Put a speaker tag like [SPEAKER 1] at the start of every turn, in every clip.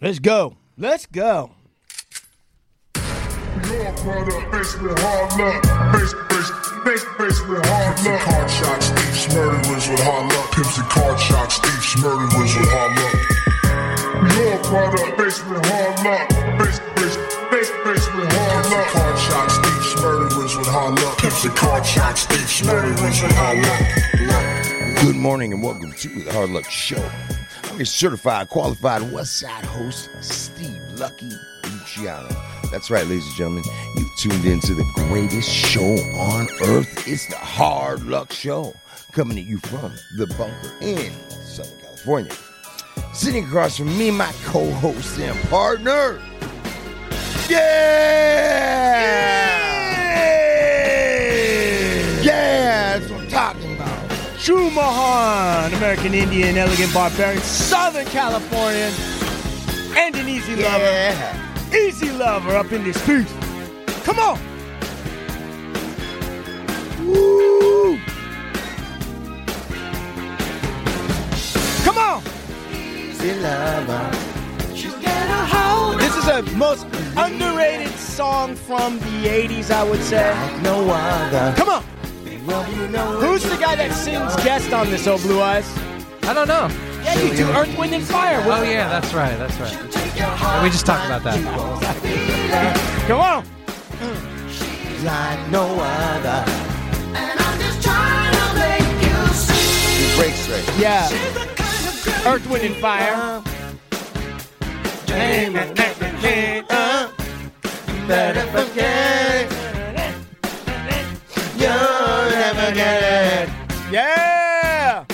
[SPEAKER 1] Let's go. Let's go.
[SPEAKER 2] Your brother faced with hard luck. Faced, faced, faced, faced with hard luck. Card shots, thieves, murderers with hard luck. Pimps and card shots, thieves, murderers with hard luck. Your brother faced with hard luck. Faced, faced, faced, faced with hard luck. Card shots, thieves, murderers with hard luck. Pimps and card shots, thieves, murderers with hard luck.
[SPEAKER 3] Good morning and welcome to the Hard Luck Show. I'm your certified, qualified Westside host, Steve Lucky Luciano. That's right, ladies and gentlemen. You tuned in to the greatest show on earth. It's the Hard Luck Show, coming to you from the bunker in Southern California. Sitting across from me, my co-host and partner. Yeah! Yeah, that's what I'm talking about.
[SPEAKER 1] True Mahan, American Indian, elegant barbarian, Southern Californian, and an easy
[SPEAKER 3] Yeah.
[SPEAKER 1] lover. Easy lover up in this piece. Come on. Woo. Come on. This is the most underrated song from the 80s, I would say.
[SPEAKER 3] No other.
[SPEAKER 1] Come on. Who's the guy that sings guest on this, Oh Blue Eyes?
[SPEAKER 4] I don't know.
[SPEAKER 1] Yeah, you do Earth, Wind, and Fire.
[SPEAKER 4] Oh yeah, that's right. That's right. We just talked about that.
[SPEAKER 1] Come on.
[SPEAKER 3] Like no other.
[SPEAKER 5] And I'm just trying to make you see
[SPEAKER 3] It breaks right.
[SPEAKER 1] Yeah.
[SPEAKER 5] the kind of girl
[SPEAKER 1] Earth, Wind, and Fire.
[SPEAKER 3] Better forget You'll never get it.
[SPEAKER 1] Yeah.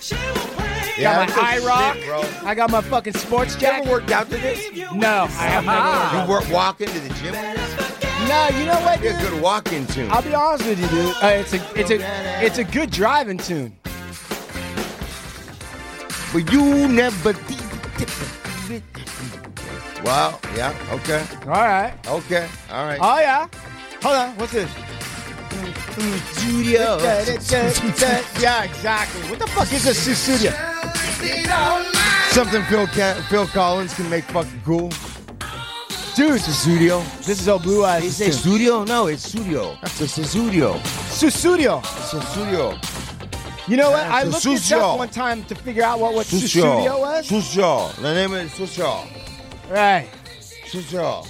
[SPEAKER 5] she will play.
[SPEAKER 3] Yeah,
[SPEAKER 1] Got
[SPEAKER 3] that's
[SPEAKER 1] my
[SPEAKER 3] a
[SPEAKER 1] I rock.
[SPEAKER 3] shit, bro.
[SPEAKER 1] I got my fucking sports
[SPEAKER 3] You ever
[SPEAKER 1] jacket.
[SPEAKER 3] worked out to this? You
[SPEAKER 1] No, I have not.
[SPEAKER 3] work walk into the gym? It's
[SPEAKER 1] No, you know what,
[SPEAKER 3] a
[SPEAKER 1] dude?
[SPEAKER 3] good walk in tune.
[SPEAKER 1] I'll be honest with you, dude. Uh, it's a it's a it's a good driving tune.
[SPEAKER 3] But you never did. Wow, yeah, okay,
[SPEAKER 1] All right.
[SPEAKER 3] okay, all right.
[SPEAKER 1] Oh yeah. Hold on. What's this? Uh,
[SPEAKER 3] studio.
[SPEAKER 1] yeah, exactly. What the fuck is a studio?
[SPEAKER 3] Something Phil Ca- Phil Collins can make fucking cool. Dude, it's a studio.
[SPEAKER 1] This is old blue eyes.
[SPEAKER 3] They say studio? No, it's studio. It's a studio.
[SPEAKER 1] Su- studio.
[SPEAKER 3] It's a studio.
[SPEAKER 1] You know what? I
[SPEAKER 3] Su-
[SPEAKER 1] looked this up
[SPEAKER 3] studio.
[SPEAKER 1] one time to figure out what what su- studio was.
[SPEAKER 3] Studio. eh? The name is studio.
[SPEAKER 1] Right.
[SPEAKER 3] Studio.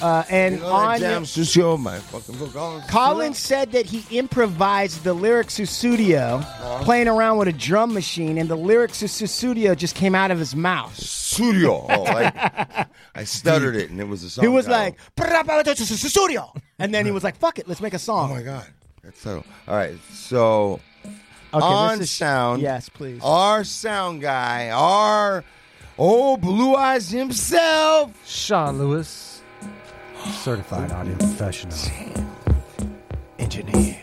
[SPEAKER 1] Uh, and
[SPEAKER 3] You know that
[SPEAKER 1] on
[SPEAKER 3] damn studio, my fucking Phil Collins.
[SPEAKER 1] Collins said that he improvised the lyrics to Studio, playing around with a drum machine, and the lyrics to Studio just came out of his mouth.
[SPEAKER 3] Studio. Oh, I, I stuttered it, and it was a song.
[SPEAKER 1] He was
[SPEAKER 3] title.
[SPEAKER 1] like, Studio. And then he was like, fuck it, let's make a
[SPEAKER 3] "Oh
[SPEAKER 1] song.
[SPEAKER 3] my god." That's so. All right, so
[SPEAKER 1] Okay,
[SPEAKER 3] on
[SPEAKER 1] this is-
[SPEAKER 3] sound.
[SPEAKER 1] Yes, please.
[SPEAKER 3] Our sound guy, our old blue eyes himself.
[SPEAKER 4] Sean Lewis, certified audio professional.
[SPEAKER 1] Engineer.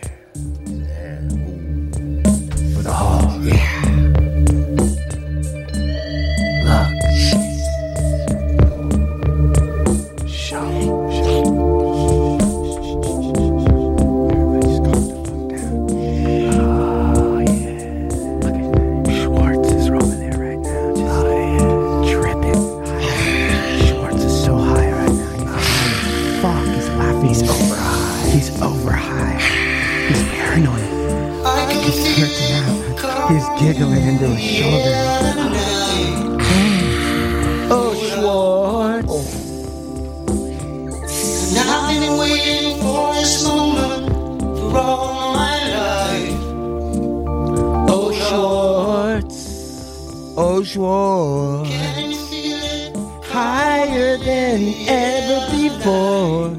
[SPEAKER 6] Schwartz is roaming there right now, just tripping. Schwartz is so high right now. You fucking fuck, he's laughing. He's over high. He's over high. He's paranoid. He's freaking out. He's giggling into his shoulder. Oh, Schwartz.
[SPEAKER 5] And I've been waiting for this moment for all my life.
[SPEAKER 6] Oh, Schwartz. Oh, Schwartz.
[SPEAKER 5] Can you feel it?
[SPEAKER 6] higher than ever before.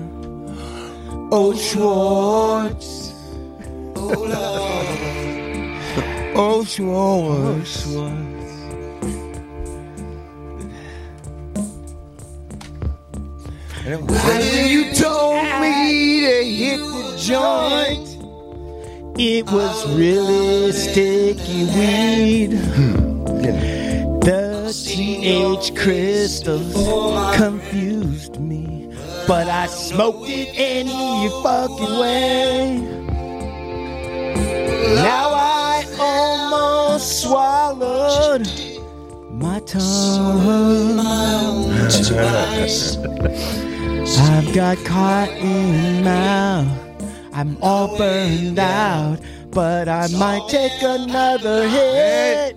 [SPEAKER 6] Oh, Schwartz. Oh, Schwartz.
[SPEAKER 3] When you told me to hit the joint.
[SPEAKER 6] It was really sticky weed. The TH crystals confused me, but I smoked it any fucking way. Now I almost swallowed
[SPEAKER 1] my tongue. I've got cotton mouth. I'm all burned out, but I might take another hit.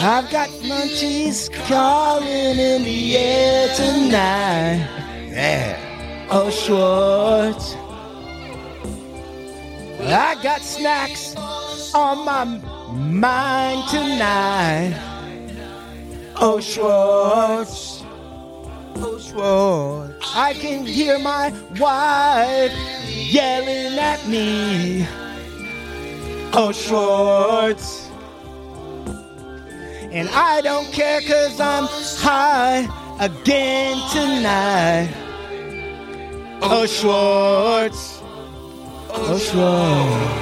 [SPEAKER 1] I've got munchies calling in the air tonight.
[SPEAKER 3] Yeah.
[SPEAKER 1] Oh, Schwartz. I got snacks on my mind tonight. Oh, Schwartz. Oh, Schwartz. I can hear my wife yelling at me. Oh, Schwartz. And I don't care cause I'm high again tonight. Oh, Schwartz. Oh, Schwartz.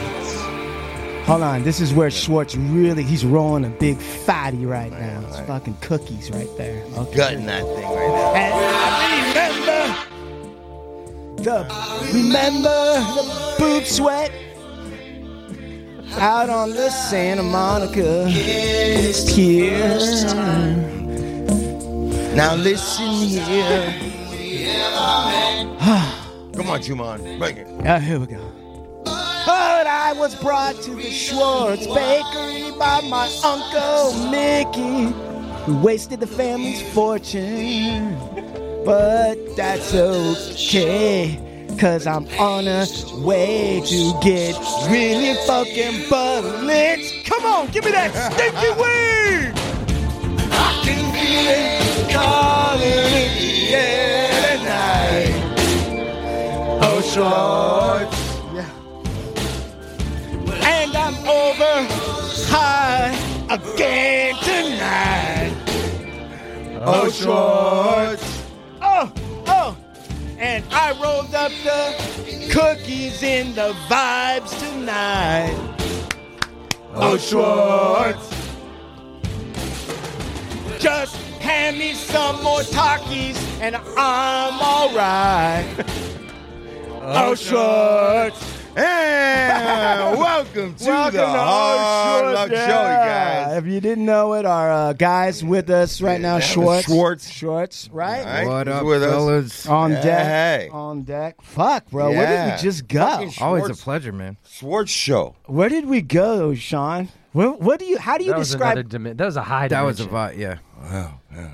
[SPEAKER 1] Hold on, this is where Schwartz really, he's rolling a big fatty right now. It's fucking cookies right there. Okay.
[SPEAKER 3] Gutting that thing right
[SPEAKER 1] And I remember the, remember the boob sweat out on the Santa Monica pier.
[SPEAKER 3] now. Now listen here. Come on, Juman. Break it.
[SPEAKER 1] Oh, here we go. But I was brought to the Schwartz Bakery by my Uncle Mickey, who wasted the family's fortune. But that's okay, cause I'm on a way to get really fucking bullets. Come on, give me that stinky weed! I can feel it calling in the air tonight. Oh, Schwartz. And I'm over high again tonight. Oh, shorts. Oh, oh. And I rolled up the cookies in the vibes tonight. Oh, shorts. Just hand me some more Takis and I'm alright. Oh, shorts.
[SPEAKER 3] And welcome to
[SPEAKER 1] Welcome
[SPEAKER 3] the
[SPEAKER 1] to Hard
[SPEAKER 3] Hard Luck Show,
[SPEAKER 1] Schwartz,
[SPEAKER 3] you
[SPEAKER 1] yeah.
[SPEAKER 3] guys.
[SPEAKER 1] If you didn't know it, our uh, guys with us right now,
[SPEAKER 3] Yeah,
[SPEAKER 1] Schwartz,
[SPEAKER 3] Schwartz.
[SPEAKER 1] Schwartz, right?
[SPEAKER 3] All right,
[SPEAKER 7] What
[SPEAKER 3] he's
[SPEAKER 7] up,
[SPEAKER 3] with us.
[SPEAKER 7] fellas?
[SPEAKER 1] On
[SPEAKER 3] Yeah,
[SPEAKER 1] deck,
[SPEAKER 3] hey.
[SPEAKER 1] on deck. Fuck, bro, where did
[SPEAKER 3] Yeah.
[SPEAKER 1] we just go?
[SPEAKER 3] Fucking sh-
[SPEAKER 7] Always a
[SPEAKER 3] Schwartz.
[SPEAKER 7] pleasure, man.
[SPEAKER 3] Schwartz Show.
[SPEAKER 1] Where did we go, Sean? Where, what do you? How do you
[SPEAKER 8] That was
[SPEAKER 1] describe?
[SPEAKER 8] another dimension. That was a high.
[SPEAKER 7] That was a
[SPEAKER 8] dimension.
[SPEAKER 7] vibe, yeah.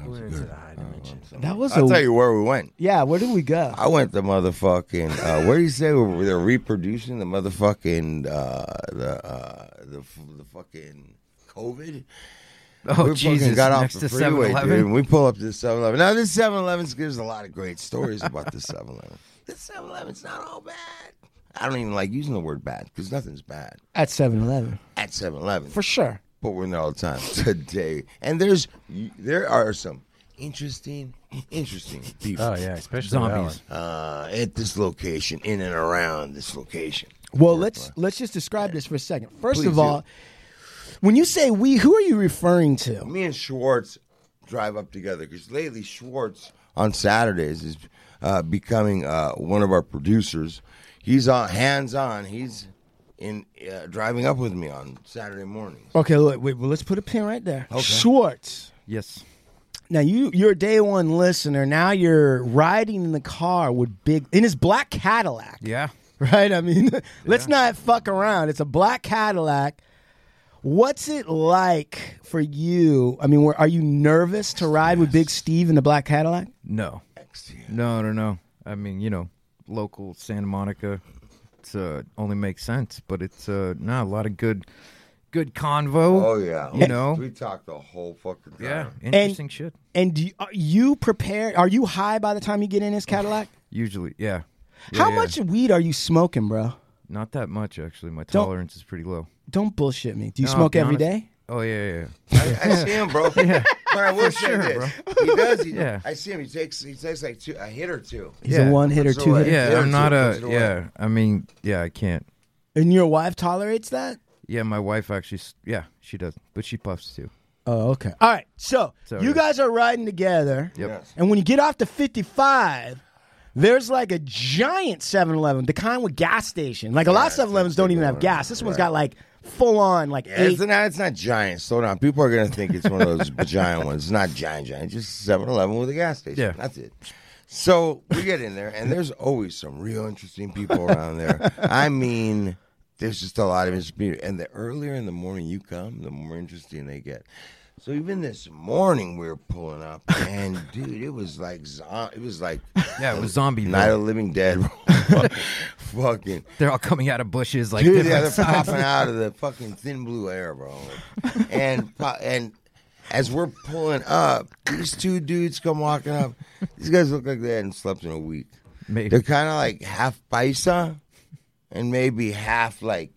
[SPEAKER 8] We were into the high dimension.
[SPEAKER 1] that was
[SPEAKER 3] I'll
[SPEAKER 1] a
[SPEAKER 3] tell you where we went.
[SPEAKER 1] yeah. Where did we go?
[SPEAKER 3] I went to motherfucking. Uh, where do you say we were- they're reproducing the motherfucking uh, the uh, the f- the fucking COVID?
[SPEAKER 7] Oh
[SPEAKER 3] we
[SPEAKER 7] Jesus!
[SPEAKER 3] fucking got off
[SPEAKER 7] Next
[SPEAKER 3] the
[SPEAKER 7] to
[SPEAKER 3] freeway, dude,
[SPEAKER 7] 7-Eleven?
[SPEAKER 3] and we pull up to the 7-Eleven. Now this 7-Eleven gives a lot of great stories about this 7-Eleven. This 7-Eleven's not all bad. I don't even like using the word bad because nothing's bad
[SPEAKER 1] At 7-Eleven.
[SPEAKER 3] at 7-Eleven.
[SPEAKER 1] for sure.
[SPEAKER 3] but we're in there all the time today. And there's there are some interesting, interesting people
[SPEAKER 8] Oh yeah, especially
[SPEAKER 7] Zombies.
[SPEAKER 8] that
[SPEAKER 3] uh, at this location, in and around this location.
[SPEAKER 1] Well, let's let's just describe this for a second. First
[SPEAKER 3] Please
[SPEAKER 1] of
[SPEAKER 3] do.
[SPEAKER 1] all, when you say we, who are you referring to?
[SPEAKER 3] Me and Schwartz drive up together because lately Schwartz on Saturdays is uh, becoming uh, one of our producers. He's on hands on. He's in uh, driving up with me on Saturday mornings.
[SPEAKER 1] Okay, look, wait, well, let's put a pin right there. Schwartz.
[SPEAKER 7] Yes.
[SPEAKER 1] Now you you're a day one listener. Now you're riding in the car with big in his black Cadillac.
[SPEAKER 7] Yeah.
[SPEAKER 1] Right? I mean, let's not fuck around. It's a black Cadillac. What's it like for you? I mean, were, are you nervous to ride with Big Steve in the black Cadillac?
[SPEAKER 7] No. No. No. No. I mean, you know, local Santa Monica. It's uh, only makes sense, but it's uh, no, a lot of good, good convo.
[SPEAKER 3] Oh yeah,
[SPEAKER 7] You know.
[SPEAKER 3] we talked the whole fucking time.
[SPEAKER 7] Yeah. Interesting shit.
[SPEAKER 1] And do you, are you prepared? Are you high by the time you get in his Cadillac?
[SPEAKER 7] Usually, yeah. Yeah,
[SPEAKER 1] How
[SPEAKER 7] yeah.
[SPEAKER 1] much weed are you smoking, bro?
[SPEAKER 7] Not that much, actually. My tolerance is pretty low.
[SPEAKER 1] Don't bullshit me. Do you
[SPEAKER 7] No, I'll
[SPEAKER 1] smoke
[SPEAKER 7] be
[SPEAKER 1] every
[SPEAKER 7] honest.
[SPEAKER 1] day?
[SPEAKER 7] Oh yeah, yeah. yeah.
[SPEAKER 3] I, I see him, bro. But I will say this: he does. He,
[SPEAKER 7] Yeah.
[SPEAKER 3] I see him. He takes. He takes like two, a hit or two.
[SPEAKER 1] He's
[SPEAKER 7] Yeah.
[SPEAKER 1] a one hitter,
[SPEAKER 3] Puts it
[SPEAKER 1] two
[SPEAKER 3] away.
[SPEAKER 1] hitter.
[SPEAKER 7] Yeah,
[SPEAKER 3] Yeah,
[SPEAKER 7] I'm
[SPEAKER 3] it's
[SPEAKER 7] not
[SPEAKER 3] a-
[SPEAKER 7] a.
[SPEAKER 3] it's a-
[SPEAKER 7] Yeah, I mean, yeah, I can't.
[SPEAKER 1] And your wife tolerates that?
[SPEAKER 7] Yeah, my wife actually. s- Yeah, she does, but she puffs too.
[SPEAKER 1] Oh, okay. All right. So
[SPEAKER 7] So,
[SPEAKER 1] you
[SPEAKER 7] yeah.
[SPEAKER 1] guys are riding together.
[SPEAKER 7] Yep.
[SPEAKER 3] Yes.
[SPEAKER 1] And when you get off the 55, There's like a giant 7 Eleven, the kind with gas station. Like a lot of 7 Elevens don't even have gas. This one's got like full on, like
[SPEAKER 3] Yeah,
[SPEAKER 1] eight.
[SPEAKER 3] it's not. It's not giant. Slow down. People are gonna think it's one of those giant ones. It's not giant, giant. Just 7-Eleven with a gas station.
[SPEAKER 7] Yeah.
[SPEAKER 3] that's it. So we get in there, and there's always some real interesting people around there. I mean, there's just a lot of interesting people. And the earlier in the morning you come, the more interesting they get. So even this morning we were pulling up, and dude, it was like zo- it was like
[SPEAKER 7] Yeah, it was zombie.
[SPEAKER 3] Night
[SPEAKER 7] Night
[SPEAKER 3] of the Living Dead. Fucking
[SPEAKER 7] They're all coming out of bushes like
[SPEAKER 3] Dude, yeah,
[SPEAKER 7] different
[SPEAKER 3] they're
[SPEAKER 7] sides.
[SPEAKER 3] popping out of the fucking thin blue air, bro. And po- and as we're pulling up, these two dudes come walking up. These guys look like they hadn't slept in a week.
[SPEAKER 7] Maybe.
[SPEAKER 3] They're kind of like half paisa, and maybe half like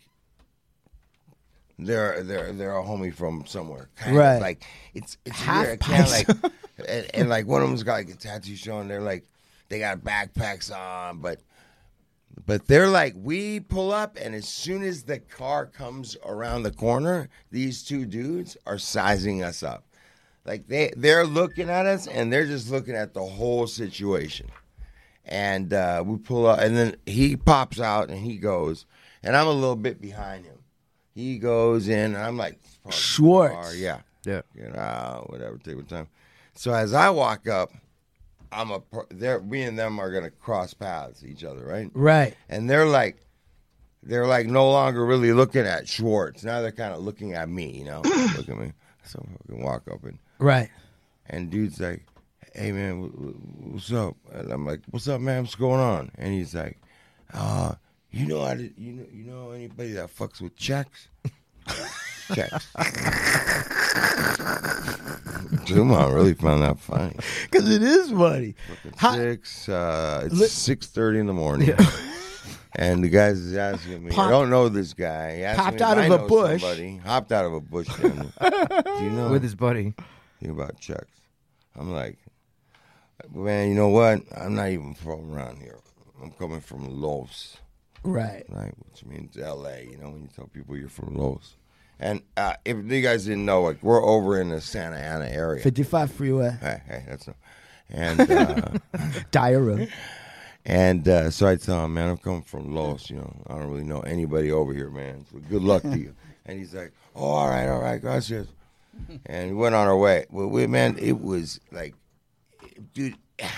[SPEAKER 3] they're they're they're a homie from somewhere. Kind of
[SPEAKER 1] Right.
[SPEAKER 3] like it's it's
[SPEAKER 1] Half
[SPEAKER 3] weird. Kind of like and, and like one of them's got like a tattoo showing. They're like they got backpacks on, but but they're like, we pull up, and as soon as the car comes around the corner, these two dudes are sizing us up. Like they they're looking at us, and they're just looking at the whole situation. And uh, we pull up, and then he pops out, and he goes, and I'm a little bit behind him. He goes in, and I'm like, fuck,
[SPEAKER 1] Schwartz.
[SPEAKER 3] car, yeah,
[SPEAKER 7] Yeah.
[SPEAKER 3] you know, whatever, take your time. So as I walk up, I'm a per- there. We and them are gonna cross paths each other, right?
[SPEAKER 1] Right.
[SPEAKER 3] and they're like they're like no longer really looking at Schwartz. Now they're kind of looking at me, you know. Look at me. So I fucking walk up and
[SPEAKER 1] Right.
[SPEAKER 3] and dude's like, "Hey man, wh- wh- what's up?" And I'm like, "What's up, man? What's going on?" And he's like, "Uh, you know how to, you know you know anybody that fucks with checks?" checks. Zuma really found that funny.
[SPEAKER 1] Because it is money. How-
[SPEAKER 3] Six, uh,
[SPEAKER 1] Li-
[SPEAKER 3] it's six thirty in the morning. And the guys is asking me,
[SPEAKER 1] Popped-
[SPEAKER 3] I don't know this guy. He asked
[SPEAKER 1] Popped
[SPEAKER 3] me if
[SPEAKER 1] out
[SPEAKER 3] I
[SPEAKER 1] of a
[SPEAKER 3] know
[SPEAKER 1] bush.
[SPEAKER 3] Somebody. Hopped out of a bush. Do you know
[SPEAKER 7] with his buddy.
[SPEAKER 3] anything about checks? I'm like, man, you know what? I'm not even from around here. I'm coming from Los,
[SPEAKER 1] right.
[SPEAKER 3] right? Which means L.A. You know, when you tell people you're from Los. And uh, if you guys didn't know, like we're over in the Santa Ana area.
[SPEAKER 1] 55 freeway,
[SPEAKER 3] hey, hey, that's no. And uh,
[SPEAKER 1] dire road.
[SPEAKER 3] And uh, so I tell him, man, I'm coming from Los. You know, I don't really know anybody over here, man. So good luck to you. And he's like, oh, all right, all right, gracias. And we went on our way. Well, we, man, it was like, dude,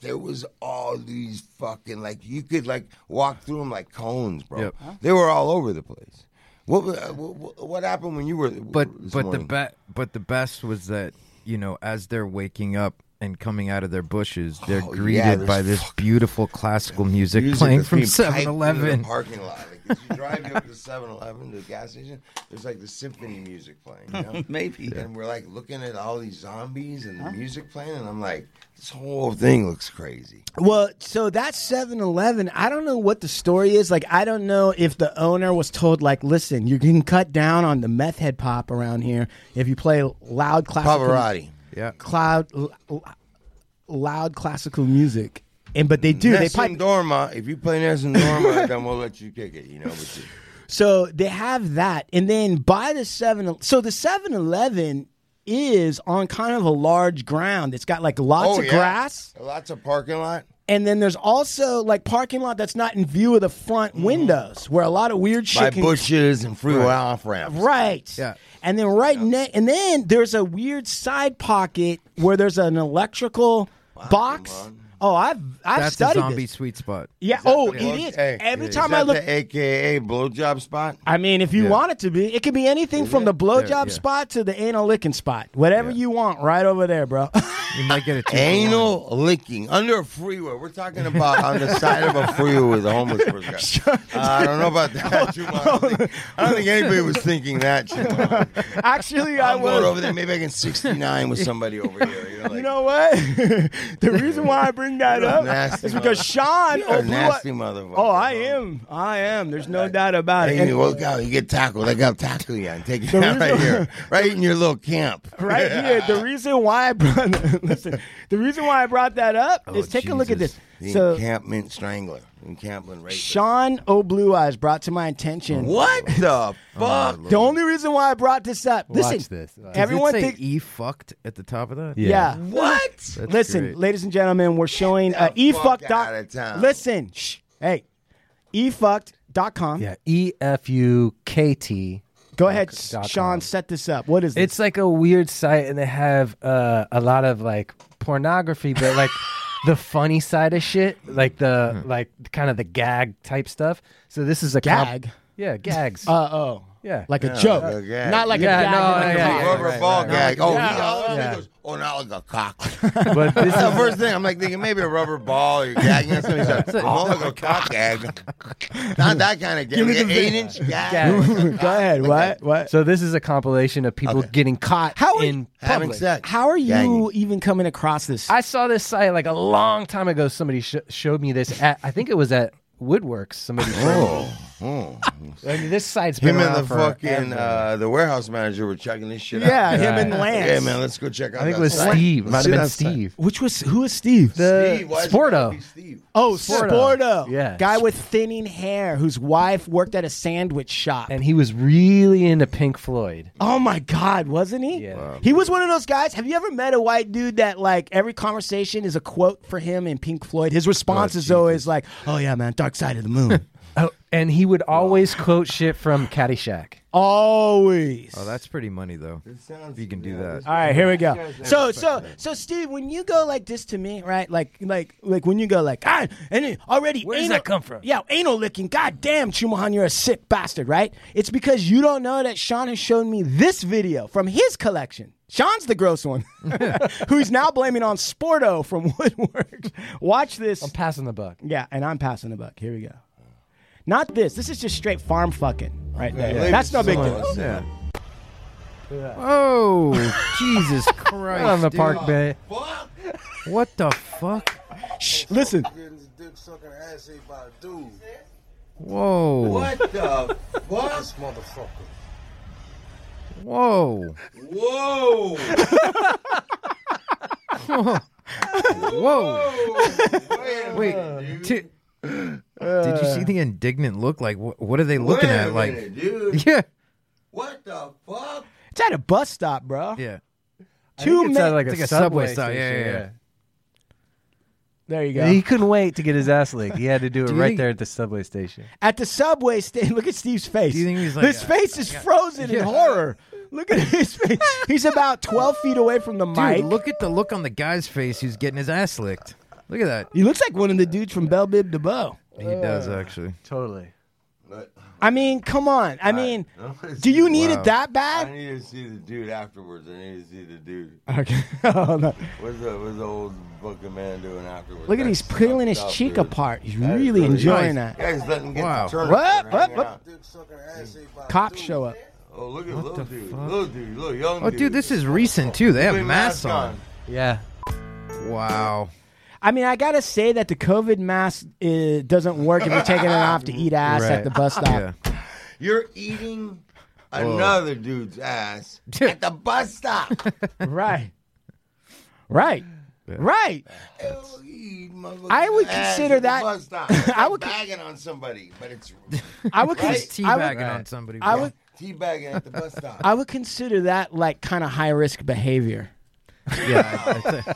[SPEAKER 3] there was all these fucking like you could like walk through them like cones, bro.
[SPEAKER 7] Yep.
[SPEAKER 3] They were all over the place. What, wa- what what happened when you were?
[SPEAKER 7] But
[SPEAKER 3] this
[SPEAKER 7] but
[SPEAKER 3] morning?
[SPEAKER 7] the be- but the best was that you know as they're waking up and coming out of their bushes, they're
[SPEAKER 3] Oh, yeah,
[SPEAKER 7] greeted
[SPEAKER 3] there's
[SPEAKER 7] by this
[SPEAKER 3] fucking
[SPEAKER 7] beautiful classical music,
[SPEAKER 3] Music
[SPEAKER 7] playing
[SPEAKER 3] that's
[SPEAKER 7] from
[SPEAKER 3] being piped into
[SPEAKER 7] 7-Eleven.
[SPEAKER 3] the parking lot. Like, as you drive up to 7-Eleven, the gas station, there's like the symphony music playing. You know?
[SPEAKER 9] Maybe.
[SPEAKER 3] And we're like looking at all these zombies and the music playing, and I'm like, this whole thing looks crazy.
[SPEAKER 1] Well, so that 7 Eleven, I don't know what the story is. Like, I don't know if the owner was told, like, listen, you can cut down on the meth head pop around here if you play loud classical
[SPEAKER 3] Pavarotti.
[SPEAKER 7] Yeah,
[SPEAKER 1] Cloud, l- l- loud classical music. And but they do they
[SPEAKER 3] Nessun
[SPEAKER 1] pipe
[SPEAKER 3] Dorma. If you play Nessun Dorma, then we'll let you kick it. You know, but you-
[SPEAKER 1] so they have that and then by the 7 so the 7-Eleven is on kind of a large ground. It's got like lots
[SPEAKER 3] Oh,
[SPEAKER 1] of
[SPEAKER 3] yeah.
[SPEAKER 1] grass
[SPEAKER 3] lots of parking lot.
[SPEAKER 1] and then there's also like parking lot that's not in view of the front windows where a lot of weird shit
[SPEAKER 3] By
[SPEAKER 1] can
[SPEAKER 3] bushes and freeway off ramps.
[SPEAKER 1] Right.
[SPEAKER 7] Yeah.
[SPEAKER 1] And then right ne- and then there's a weird side pocket where there's an electrical box. Oh, I've I've
[SPEAKER 7] that's the
[SPEAKER 1] studied
[SPEAKER 7] zombie
[SPEAKER 1] this.
[SPEAKER 7] sweet spot.
[SPEAKER 1] Yeah. Oh, it
[SPEAKER 3] Well,
[SPEAKER 1] is.
[SPEAKER 3] hey,
[SPEAKER 1] Every
[SPEAKER 3] is
[SPEAKER 1] time
[SPEAKER 3] that
[SPEAKER 1] I look,
[SPEAKER 3] the AKA blowjob spot.
[SPEAKER 1] I mean, if you
[SPEAKER 7] Yeah.
[SPEAKER 1] want it to be, it could be anything from the blowjob
[SPEAKER 7] Yeah, yeah.
[SPEAKER 1] spot to the anal licking spot. Whatever you want, right over there, bro.
[SPEAKER 7] You might get a two for one.
[SPEAKER 3] Anal licking under a freeway. We're talking about on the side of a freeway with a homeless person. Uh, I don't know about that. Juma. I don't think, I don't think anybody was thinking that. Juma.
[SPEAKER 1] Actually, I
[SPEAKER 3] I'm going
[SPEAKER 1] was.
[SPEAKER 3] over there. Maybe I can 69 with somebody over here. You're like,
[SPEAKER 1] You know what? the reason why I bring that
[SPEAKER 3] You're a
[SPEAKER 1] up
[SPEAKER 3] nasty
[SPEAKER 1] is because
[SPEAKER 3] mother.
[SPEAKER 1] Sean.
[SPEAKER 3] you're
[SPEAKER 1] Oh,
[SPEAKER 3] a
[SPEAKER 1] blew up-
[SPEAKER 3] nasty motherfucker.
[SPEAKER 1] oh, I am. I am. There's no doubt about it.
[SPEAKER 3] Hey, you
[SPEAKER 1] And-
[SPEAKER 3] look out. You get tackled. I got to tackle you and take you down right here, right in your little camp.
[SPEAKER 1] right here. The reason why I brought listen, the reason why I brought that up
[SPEAKER 7] Oh,
[SPEAKER 1] is take a look at this.
[SPEAKER 7] Jesus.
[SPEAKER 3] The
[SPEAKER 1] So
[SPEAKER 3] encampment strangler. in Camplin right
[SPEAKER 1] Sean O Blue Eyes brought to my attention.
[SPEAKER 3] What
[SPEAKER 1] Oh,
[SPEAKER 3] the fuck?
[SPEAKER 1] The only reason why I brought this up.
[SPEAKER 10] Watch
[SPEAKER 1] listen,
[SPEAKER 10] this. Does it
[SPEAKER 1] everyone
[SPEAKER 7] Uh, Did it say
[SPEAKER 1] thinks.
[SPEAKER 7] E fucked at the top of that?
[SPEAKER 1] Yeah.
[SPEAKER 3] what?
[SPEAKER 7] That's
[SPEAKER 1] Listen,
[SPEAKER 7] great.
[SPEAKER 1] ladies and gentlemen, we're showing
[SPEAKER 3] the
[SPEAKER 1] uh,
[SPEAKER 3] fuck
[SPEAKER 1] efucked. dot-
[SPEAKER 3] outta town.
[SPEAKER 1] Listen, shh, hey, E efucked.com.
[SPEAKER 10] Yeah, E F U K T.
[SPEAKER 1] Go ahead,
[SPEAKER 10] dot
[SPEAKER 1] Sean,
[SPEAKER 10] com.
[SPEAKER 1] set this up. What is this?
[SPEAKER 10] It's like a weird site, and they have uh, a lot of like pornography, but like the funny side of shit, like the
[SPEAKER 3] Hmm.
[SPEAKER 10] like kind of the gag type stuff. So this is a comp-
[SPEAKER 1] Gag?
[SPEAKER 10] yeah, gags.
[SPEAKER 1] uh oh,
[SPEAKER 10] yeah,
[SPEAKER 1] like a
[SPEAKER 3] Yeah,
[SPEAKER 1] joke,
[SPEAKER 3] like a gag.
[SPEAKER 1] not like
[SPEAKER 10] Yeah,
[SPEAKER 1] a gag.
[SPEAKER 10] no,
[SPEAKER 1] like a
[SPEAKER 10] yeah,
[SPEAKER 1] cock.
[SPEAKER 10] yeah.
[SPEAKER 3] Rubber
[SPEAKER 10] right,
[SPEAKER 3] ball
[SPEAKER 10] right.
[SPEAKER 3] gag. Oh, he
[SPEAKER 1] Yeah,
[SPEAKER 3] always
[SPEAKER 10] yeah.
[SPEAKER 3] goes, oh, now like a cock.
[SPEAKER 10] but this
[SPEAKER 3] That's the
[SPEAKER 10] is
[SPEAKER 3] first thing. I'm like thinking maybe a rubber ball or gagging or something. He's like, oh, like a cock gag. Not that kind of gag.
[SPEAKER 1] me
[SPEAKER 3] Like
[SPEAKER 1] the
[SPEAKER 3] an
[SPEAKER 1] thing.
[SPEAKER 3] eight inch
[SPEAKER 10] Gag.
[SPEAKER 3] gag.
[SPEAKER 1] Go ahead. What? What?
[SPEAKER 10] so this is a compilation of people
[SPEAKER 3] Okay.
[SPEAKER 10] getting caught
[SPEAKER 1] How are-
[SPEAKER 10] in
[SPEAKER 3] Having
[SPEAKER 10] public.
[SPEAKER 3] sex.
[SPEAKER 1] How are you
[SPEAKER 3] Ganging.
[SPEAKER 1] even coming across this?
[SPEAKER 10] I saw this site like a long time ago. Somebody sh- showed me this. At, I think it was at Woodworks. Somebody. Showed me.
[SPEAKER 3] Oh.
[SPEAKER 10] I mean, this site's been
[SPEAKER 3] Him and
[SPEAKER 10] around
[SPEAKER 3] the fucking
[SPEAKER 10] forever.
[SPEAKER 3] uh, the warehouse manager were checking this shit out.
[SPEAKER 1] yeah, him and
[SPEAKER 10] Right.
[SPEAKER 1] Lance.
[SPEAKER 3] Hey man, let's go check out.
[SPEAKER 10] I think it
[SPEAKER 3] that
[SPEAKER 10] was
[SPEAKER 3] site.
[SPEAKER 10] Steve. Might
[SPEAKER 3] Let's
[SPEAKER 10] have
[SPEAKER 3] see
[SPEAKER 10] been
[SPEAKER 3] that site.
[SPEAKER 10] Steve.
[SPEAKER 1] Which was who is Steve?
[SPEAKER 10] The
[SPEAKER 3] Steve, why does it gotta be
[SPEAKER 10] Sporto.
[SPEAKER 3] Steve?
[SPEAKER 1] oh,
[SPEAKER 10] Sporto.
[SPEAKER 1] Sporto.
[SPEAKER 10] Yeah.
[SPEAKER 1] Guy with thinning hair whose wife worked at a sandwich shop.
[SPEAKER 10] and he was really into Pink Floyd.
[SPEAKER 1] oh my God, wasn't he?
[SPEAKER 10] Yeah. Wow.
[SPEAKER 1] He was one of those guys. Have you ever met a white dude that like every conversation is a quote for him in Pink Floyd? His response is always like, "Oh yeah, man, Dark Side of the Moon."
[SPEAKER 10] Oh, and he would always quote shit from Caddyshack.
[SPEAKER 1] always.
[SPEAKER 7] Oh, that's pretty money though. If you can do that.
[SPEAKER 1] All right, here we go. So, so, so, Steve, when you go like this to me, right? Like, like, like when you go like, ah, and it already.
[SPEAKER 10] Where does
[SPEAKER 1] anal-
[SPEAKER 10] that come from?
[SPEAKER 1] Yeah, anal licking. God damn, Chumahan, you're a sick bastard, right? It's because you don't know that Sean has shown me this video from his collection. Sean's the gross one, who he's now blaming on Sporto from Woodworks. Watch this.
[SPEAKER 10] I'm passing the buck.
[SPEAKER 1] Yeah, and I'm passing the buck. Here we go. Not this. This is just straight farm fucking right there.
[SPEAKER 3] leave
[SPEAKER 1] That's
[SPEAKER 3] it
[SPEAKER 1] no big
[SPEAKER 3] alone.
[SPEAKER 1] deal.
[SPEAKER 7] Yeah. Oh, Jesus Christ.
[SPEAKER 10] on the
[SPEAKER 7] dude.
[SPEAKER 10] park bay.
[SPEAKER 7] What the fuck?
[SPEAKER 1] Shh, listen.
[SPEAKER 7] Whoa.
[SPEAKER 3] What the fuck?
[SPEAKER 7] Whoa.
[SPEAKER 3] Whoa!
[SPEAKER 7] Whoa.
[SPEAKER 3] Wait,
[SPEAKER 7] Wait. Ti- Did you see the indignant look? Like, wh- what are they looking at? Like,
[SPEAKER 3] dude,
[SPEAKER 7] yeah.
[SPEAKER 3] what the fuck?
[SPEAKER 1] It's at a bus stop, bro.
[SPEAKER 7] Yeah.
[SPEAKER 1] Two
[SPEAKER 10] It's
[SPEAKER 1] minutes.
[SPEAKER 10] at like a
[SPEAKER 7] It's like a
[SPEAKER 10] subway,
[SPEAKER 7] subway style, yeah,
[SPEAKER 10] station,
[SPEAKER 7] yeah,
[SPEAKER 1] There you
[SPEAKER 10] yeah.
[SPEAKER 1] go.
[SPEAKER 10] He couldn't wait to get his ass licked. He had to do it
[SPEAKER 7] Do you
[SPEAKER 10] right
[SPEAKER 7] think-
[SPEAKER 10] there at the subway station.
[SPEAKER 1] at the subway stand, look at Steve's face.
[SPEAKER 7] Do you think he's like,
[SPEAKER 1] his
[SPEAKER 7] uh,
[SPEAKER 1] face is frozen in horror. Look at his face. He's about twelve feet away from the
[SPEAKER 7] Dude,
[SPEAKER 1] mic.
[SPEAKER 7] look at the look on the guy's face who's getting his ass licked. Look at that.
[SPEAKER 1] he looks like one of the dudes from Bell Bib DeBoe.
[SPEAKER 7] He does, actually.
[SPEAKER 10] Totally.
[SPEAKER 1] I mean, come on. I mean, do you need
[SPEAKER 7] Wow.
[SPEAKER 1] it that
[SPEAKER 3] I
[SPEAKER 1] bad?
[SPEAKER 3] need to see the dude afterwards. I need to see the dude.
[SPEAKER 1] Okay. Hold on.
[SPEAKER 3] What's the what's the old fucking man doing afterwards?
[SPEAKER 1] Look at
[SPEAKER 3] That's
[SPEAKER 1] he's peeling his
[SPEAKER 3] fucked up,
[SPEAKER 1] cheek
[SPEAKER 3] dude.
[SPEAKER 1] apart. He's
[SPEAKER 3] That is
[SPEAKER 1] really enjoying
[SPEAKER 7] nice.
[SPEAKER 1] that.
[SPEAKER 3] Yeah, he's letting him get
[SPEAKER 7] Wow.
[SPEAKER 3] the turnip.
[SPEAKER 1] What?
[SPEAKER 3] and
[SPEAKER 1] What?
[SPEAKER 3] hang
[SPEAKER 1] What?
[SPEAKER 3] out.
[SPEAKER 1] Cock show up.
[SPEAKER 3] Oh, look at little dude. Little dude. Little young
[SPEAKER 7] Oh,
[SPEAKER 3] dude.
[SPEAKER 7] dude, this is recent, too. They
[SPEAKER 3] Put
[SPEAKER 7] have
[SPEAKER 3] a
[SPEAKER 7] masks
[SPEAKER 3] mask
[SPEAKER 7] on.
[SPEAKER 10] Yeah.
[SPEAKER 7] Wow.
[SPEAKER 1] I mean, I gotta say that the COVID mask uh, doesn't work if you're taking it off to eat ass
[SPEAKER 10] Right.
[SPEAKER 1] at the bus stop.
[SPEAKER 7] Yeah.
[SPEAKER 3] You're eating
[SPEAKER 1] Oh.
[SPEAKER 3] another dude's ass at the bus stop.
[SPEAKER 1] Right. Right. Right.
[SPEAKER 3] You'll eat motherfucking
[SPEAKER 1] I would
[SPEAKER 3] ass
[SPEAKER 1] consider
[SPEAKER 3] at the
[SPEAKER 1] that-
[SPEAKER 3] bus stop.
[SPEAKER 1] I
[SPEAKER 3] I
[SPEAKER 1] would
[SPEAKER 3] would
[SPEAKER 1] con-
[SPEAKER 3] bagging on somebody, but it's
[SPEAKER 1] I would,
[SPEAKER 3] Right?
[SPEAKER 1] cons-
[SPEAKER 7] He's
[SPEAKER 1] I would-
[SPEAKER 7] teabagging on somebody.
[SPEAKER 1] I
[SPEAKER 7] bro.
[SPEAKER 1] would
[SPEAKER 3] teabagging at the bus stop.
[SPEAKER 1] I would consider that like kind of high risk behavior.
[SPEAKER 7] Yeah. I- I think-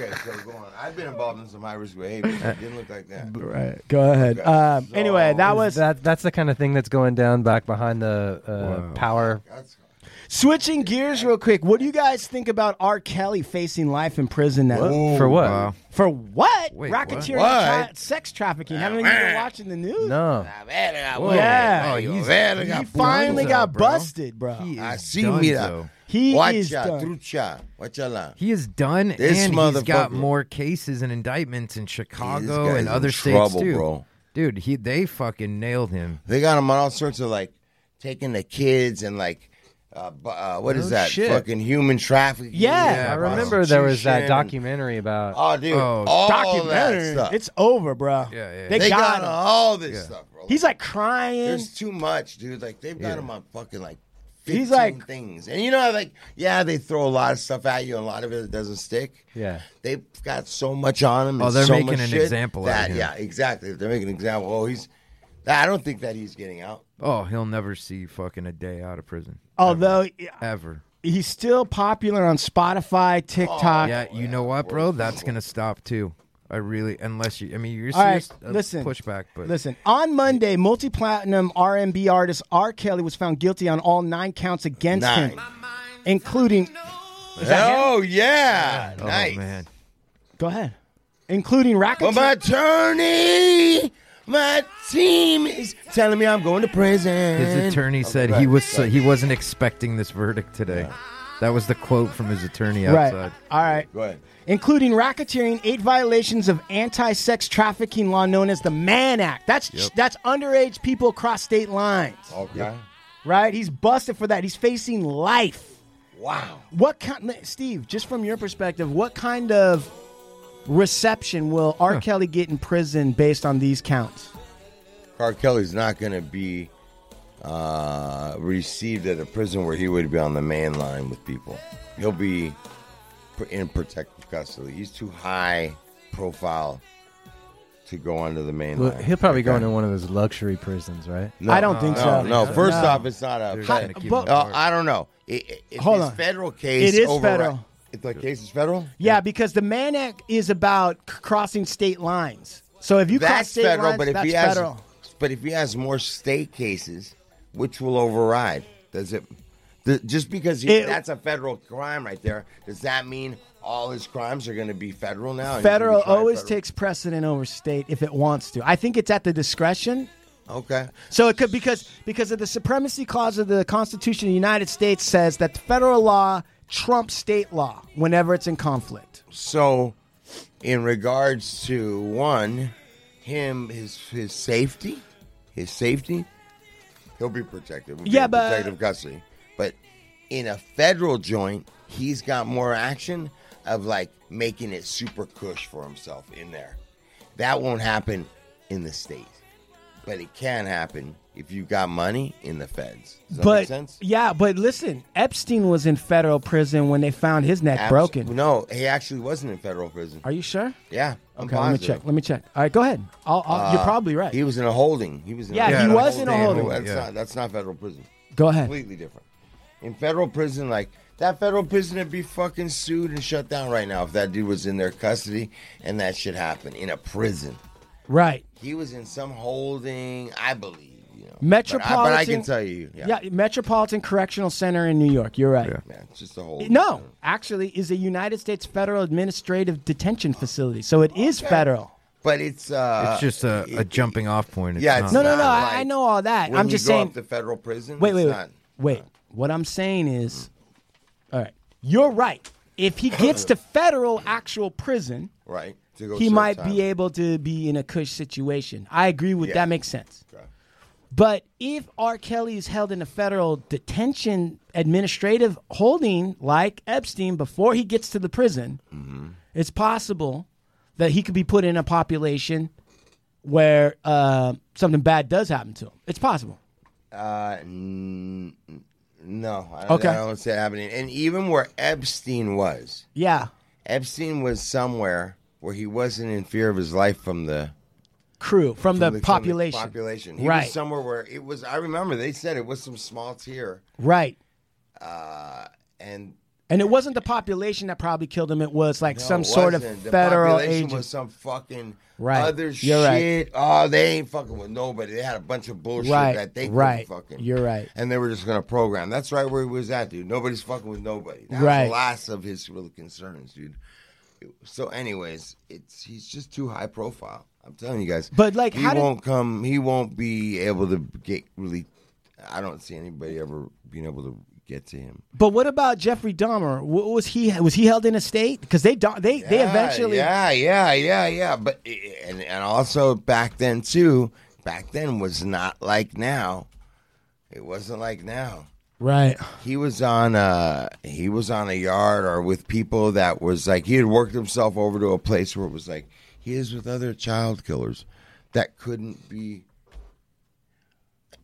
[SPEAKER 3] okay, so go on. I've been involved in some high risk behavior.
[SPEAKER 1] Uh,
[SPEAKER 3] It didn't look like that.
[SPEAKER 1] Right. Go ahead.
[SPEAKER 3] Okay.
[SPEAKER 1] Um, anyway, that was
[SPEAKER 10] that. That's the kind of thing that's going down back behind the uh, power.
[SPEAKER 3] That's
[SPEAKER 1] switching gears real quick. What do you guys think about R. Kelly facing life in prison now?
[SPEAKER 10] For what?
[SPEAKER 7] Wow.
[SPEAKER 1] For what?
[SPEAKER 7] Wait, what?
[SPEAKER 1] Racketeering,
[SPEAKER 3] What?
[SPEAKER 1] chi- sex trafficking. Haven't you been watching the news?
[SPEAKER 10] No.
[SPEAKER 1] Yeah.
[SPEAKER 7] Oh, he's,
[SPEAKER 3] Well,
[SPEAKER 1] He
[SPEAKER 3] got
[SPEAKER 1] finally
[SPEAKER 7] Dunzo,
[SPEAKER 1] got
[SPEAKER 7] bro.
[SPEAKER 1] busted, bro.
[SPEAKER 7] he is
[SPEAKER 3] I see
[SPEAKER 7] done,
[SPEAKER 3] me that.
[SPEAKER 7] though.
[SPEAKER 1] He is
[SPEAKER 3] Watch out,
[SPEAKER 1] done.
[SPEAKER 3] trucha. Watch out.
[SPEAKER 7] He is done,
[SPEAKER 3] This
[SPEAKER 7] and he's
[SPEAKER 3] motherfucker.
[SPEAKER 7] got more cases and indictments in
[SPEAKER 3] This
[SPEAKER 7] Chicago
[SPEAKER 3] guy's
[SPEAKER 7] and
[SPEAKER 3] in
[SPEAKER 7] other states
[SPEAKER 3] trouble,
[SPEAKER 7] too.
[SPEAKER 3] bro.
[SPEAKER 7] Dude, he they fucking nailed him.
[SPEAKER 3] They got him on all sorts of like taking the kids and like. Uh, bu- uh, what is
[SPEAKER 7] No
[SPEAKER 3] that?
[SPEAKER 7] Oh, shit.
[SPEAKER 3] Fucking human trafficking.
[SPEAKER 1] Yeah.
[SPEAKER 7] Yeah,
[SPEAKER 10] I
[SPEAKER 3] and
[SPEAKER 10] remember there was that
[SPEAKER 3] prostitution and-
[SPEAKER 10] documentary about.
[SPEAKER 3] Oh, dude.
[SPEAKER 7] Oh,
[SPEAKER 3] all that
[SPEAKER 1] Documentary.
[SPEAKER 3] stuff.
[SPEAKER 1] It's over, bro.
[SPEAKER 7] Yeah, yeah.
[SPEAKER 1] They,
[SPEAKER 3] they
[SPEAKER 1] got,
[SPEAKER 3] got,
[SPEAKER 1] him.
[SPEAKER 3] all this stuff, bro.
[SPEAKER 1] He's like crying.
[SPEAKER 3] There's too much, dude. Like they've got him on fucking like
[SPEAKER 1] He's
[SPEAKER 3] 15
[SPEAKER 1] like-
[SPEAKER 3] things. And you know, like, yeah, they throw a lot of stuff at you, and a lot of it doesn't stick.
[SPEAKER 10] Yeah.
[SPEAKER 3] They've got so much on him.
[SPEAKER 7] Oh,
[SPEAKER 3] and
[SPEAKER 7] they're
[SPEAKER 3] so
[SPEAKER 7] making
[SPEAKER 3] much
[SPEAKER 7] an
[SPEAKER 3] shit
[SPEAKER 7] example out
[SPEAKER 3] that,
[SPEAKER 7] of him.
[SPEAKER 3] Yeah, exactly. They're making an example. Oh, he's. I don't think that he's getting out.
[SPEAKER 7] Oh, he'll never see fucking a day out of prison.
[SPEAKER 1] Although
[SPEAKER 7] Ever.
[SPEAKER 1] he's still popular on Spotify,
[SPEAKER 3] Oh,
[SPEAKER 1] TikTok.
[SPEAKER 7] Yeah, you know what, bro? That's gonna stop too. I really, unless you, I mean, you're
[SPEAKER 1] All right,
[SPEAKER 7] serious uh,
[SPEAKER 1] listen.
[SPEAKER 7] pushback, but
[SPEAKER 1] Listen, on Monday, multi-platinum R&B artist R. Kelly was found guilty on all nine counts against him,
[SPEAKER 3] Nine.
[SPEAKER 1] including
[SPEAKER 3] Oh yeah,
[SPEAKER 7] oh
[SPEAKER 3] nice.
[SPEAKER 7] man,
[SPEAKER 1] go ahead, including
[SPEAKER 3] But
[SPEAKER 1] racketeering.
[SPEAKER 3] my attorney, my team is telling me I'm going to prison.
[SPEAKER 7] his attorney said
[SPEAKER 3] right,
[SPEAKER 7] he was uh, he wasn't expecting this verdict today. That was the quote from his attorney outside.
[SPEAKER 1] right. All right.
[SPEAKER 3] Go ahead.
[SPEAKER 1] including racketeering, eight violations of anti-sex trafficking law known as the Mann Act. That's that's underage people across state lines,
[SPEAKER 3] Okay.
[SPEAKER 1] right? He's busted for that. He's facing life.
[SPEAKER 3] Wow.
[SPEAKER 1] What kind, Steve? Just from your perspective, what kind of reception will R. Kelly get in prison based on these counts?
[SPEAKER 3] R. Kelly's not going to be uh, received at a prison where he would be on the main line with people. He'll be pr- in protective custody. He's too high profile to go onto the main
[SPEAKER 10] Well,
[SPEAKER 3] line.
[SPEAKER 10] he'll probably go
[SPEAKER 3] Okay.
[SPEAKER 10] into one of those luxury prisons, right?
[SPEAKER 3] No,
[SPEAKER 1] I don't think
[SPEAKER 3] no,
[SPEAKER 1] so.
[SPEAKER 3] No, first
[SPEAKER 1] No.
[SPEAKER 3] off, it's not a.
[SPEAKER 7] They're
[SPEAKER 1] How-
[SPEAKER 7] trying to keep
[SPEAKER 1] but-
[SPEAKER 7] him
[SPEAKER 3] Uh,
[SPEAKER 7] apart.
[SPEAKER 3] I don't know. It, it, if
[SPEAKER 1] Hold
[SPEAKER 3] this
[SPEAKER 1] on.
[SPEAKER 3] federal case.
[SPEAKER 1] It is
[SPEAKER 3] overri-
[SPEAKER 1] federal.
[SPEAKER 3] If the case is federal.
[SPEAKER 1] Yeah, because the Mann Act is about c- crossing state lines. So if you cross
[SPEAKER 3] that's
[SPEAKER 1] state
[SPEAKER 3] federal,
[SPEAKER 1] lines,
[SPEAKER 3] but if
[SPEAKER 1] that's
[SPEAKER 3] he has,
[SPEAKER 1] federal.
[SPEAKER 3] but if he has more state cases, which will override? Does it? The, just because he,
[SPEAKER 1] It-
[SPEAKER 3] that's a federal crime right there, does that mean all his crimes are going to be federal now? and he's gonna be
[SPEAKER 1] Federal
[SPEAKER 3] tried
[SPEAKER 1] always
[SPEAKER 3] federal?
[SPEAKER 1] takes precedent over state if it wants to. I think it's at the discretion.
[SPEAKER 3] Okay,
[SPEAKER 1] So it could because because of the supremacy clause of the Constitution of the United States says that federal law trumps state law whenever it's in conflict.
[SPEAKER 3] so in regards to one, him his his safety, his safety, he'll be protected. He'll be
[SPEAKER 1] Yeah,
[SPEAKER 3] in
[SPEAKER 1] but-
[SPEAKER 3] protective custody. But in a federal joint, he's got more action of like making it super cush for himself in there. That won't happen in the state, but it can happen if you got money in the feds. Does that
[SPEAKER 1] but
[SPEAKER 3] make sense?
[SPEAKER 1] yeah, but listen, Epstein was in federal prison when they found his neck
[SPEAKER 3] Abs-
[SPEAKER 1] broken.
[SPEAKER 3] No, he actually wasn't in federal prison.
[SPEAKER 1] Are you sure?
[SPEAKER 3] Yeah, I'm
[SPEAKER 1] Okay, let me
[SPEAKER 3] positive.
[SPEAKER 1] check. Let me check. All right, go ahead. I'll, I'll, you're
[SPEAKER 3] Uh,
[SPEAKER 1] probably right.
[SPEAKER 3] He was in a holding. He was in
[SPEAKER 1] Yeah,
[SPEAKER 3] a
[SPEAKER 1] he
[SPEAKER 3] holding.
[SPEAKER 1] was in a holding.
[SPEAKER 3] That's
[SPEAKER 7] Yeah.
[SPEAKER 3] not that's not federal prison.
[SPEAKER 1] go ahead.
[SPEAKER 3] Completely different. In federal prison, like that federal prison would be fucking sued and shut down right now if that dude was in their custody and that shit happened in a prison.
[SPEAKER 1] Right.
[SPEAKER 3] He was in some holding, I believe. You know, But I- but I,
[SPEAKER 1] Metropolitan-
[SPEAKER 3] can tell you, yeah,
[SPEAKER 1] Yeah. Metropolitan Correctional Center in New York. You're right.
[SPEAKER 3] yeah, it's just a holding.
[SPEAKER 1] No, actually, is a United States federal administrative detention facility, so it is federal.
[SPEAKER 3] but it's uh,
[SPEAKER 7] it's just a, a
[SPEAKER 3] it-
[SPEAKER 7] jumping off point. It's
[SPEAKER 3] yeah,
[SPEAKER 7] not
[SPEAKER 3] it's
[SPEAKER 1] No,
[SPEAKER 7] like-
[SPEAKER 1] no, no.
[SPEAKER 3] not
[SPEAKER 1] I, I
[SPEAKER 3] like
[SPEAKER 1] know all that.
[SPEAKER 3] when
[SPEAKER 1] I'm
[SPEAKER 3] you
[SPEAKER 1] just
[SPEAKER 3] go
[SPEAKER 1] saying.
[SPEAKER 3] up to federal prison.
[SPEAKER 1] wait,
[SPEAKER 3] it's
[SPEAKER 1] wait, wait,
[SPEAKER 3] not-
[SPEAKER 1] wait. What I'm saying is, all right, you're right. If he gets to federal actual prison,
[SPEAKER 3] right. To go
[SPEAKER 1] he
[SPEAKER 3] serve
[SPEAKER 1] might
[SPEAKER 3] time.
[SPEAKER 1] be able to be in a cush situation. I agree with
[SPEAKER 3] Yeah.
[SPEAKER 1] that. Makes sense.
[SPEAKER 3] Okay.
[SPEAKER 1] But if R. Kelly is held in a federal detention administrative holding like Epstein before he gets to the prison,
[SPEAKER 3] Mm-hmm.
[SPEAKER 1] it's possible that he could be put in a population where uh, something bad does happen to him. It's possible.
[SPEAKER 3] Uh, n- n- no, I,
[SPEAKER 1] Okay.
[SPEAKER 3] I don't see it happening. And even where Epstein was,
[SPEAKER 1] Yeah.
[SPEAKER 3] Epstein was somewhere where he wasn't in fear of his life from the
[SPEAKER 1] Crew from, the,
[SPEAKER 3] from
[SPEAKER 1] population.
[SPEAKER 3] population. He
[SPEAKER 1] right.
[SPEAKER 3] was somewhere where it was. I remember they said it was some small tier,
[SPEAKER 1] right.
[SPEAKER 3] and
[SPEAKER 1] And it wasn't the population that probably killed him. It was like
[SPEAKER 3] no,
[SPEAKER 1] some
[SPEAKER 3] it
[SPEAKER 1] sort of
[SPEAKER 3] wasn't. the
[SPEAKER 1] federal
[SPEAKER 3] population
[SPEAKER 1] agent.
[SPEAKER 3] was some fucking
[SPEAKER 1] Right.
[SPEAKER 3] other
[SPEAKER 1] You're right.
[SPEAKER 3] shit. Oh, they ain't fucking with nobody. They had a bunch of bullshit
[SPEAKER 1] Right.
[SPEAKER 3] that they couldn't
[SPEAKER 1] Right.
[SPEAKER 3] fucking.
[SPEAKER 1] You're right.
[SPEAKER 3] and they were just gonna program. That's right where he was at, dude. Nobody's fucking with nobody. That
[SPEAKER 1] Right.
[SPEAKER 3] was the last of his real concerns, dude. So, anyways, it's he's just too high profile. I'm telling you guys.
[SPEAKER 1] But, like,
[SPEAKER 3] he
[SPEAKER 1] how did-
[SPEAKER 3] won't come. He won't be able to get really. I don't see anybody ever being able to get to him.
[SPEAKER 1] But what about Jeffrey Dahmer? What was he was he held in a state? Because they do- they they
[SPEAKER 3] Yeah,
[SPEAKER 1] eventually
[SPEAKER 3] Yeah, yeah, yeah, yeah. But and and also back then too. Back then was not like now. It wasn't like now.
[SPEAKER 1] right.
[SPEAKER 3] he was on uh he was on a yard or with people that was like he had worked himself over to a place where it was like he is with other child killers that couldn't be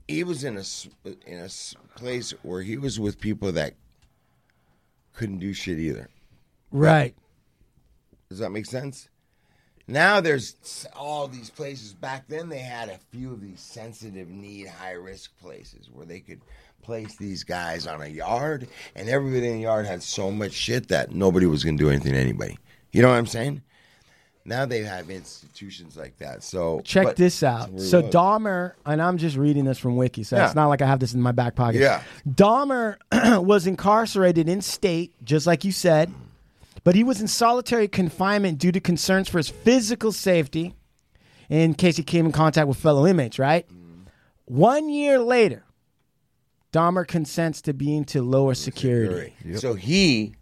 [SPEAKER 3] he was in a s- in a s- place where he was with people that couldn't do shit either.
[SPEAKER 1] Right.
[SPEAKER 3] Does that make sense? Now there's s- all these places. Back then they had a few of these sensitive need, high risk places where they could place these guys on a yard, and everybody in the yard had so much shit that nobody was going to do anything to anybody. You know what I'm saying? Now they have institutions like that. So
[SPEAKER 1] Check
[SPEAKER 3] but-
[SPEAKER 1] this out.
[SPEAKER 3] Where
[SPEAKER 1] So
[SPEAKER 3] was-
[SPEAKER 1] Dahmer, and I'm just reading this from Wiki, so
[SPEAKER 3] Yeah.
[SPEAKER 1] it's not like I have this in my back pocket.
[SPEAKER 3] Yeah.
[SPEAKER 1] Dahmer was incarcerated in state, just like you said, but he was in solitary confinement due to concerns for his physical safety in case he came in contact with fellow inmates, right?
[SPEAKER 3] Mm.
[SPEAKER 1] One year later, Dahmer consents to being to lower security.
[SPEAKER 3] So he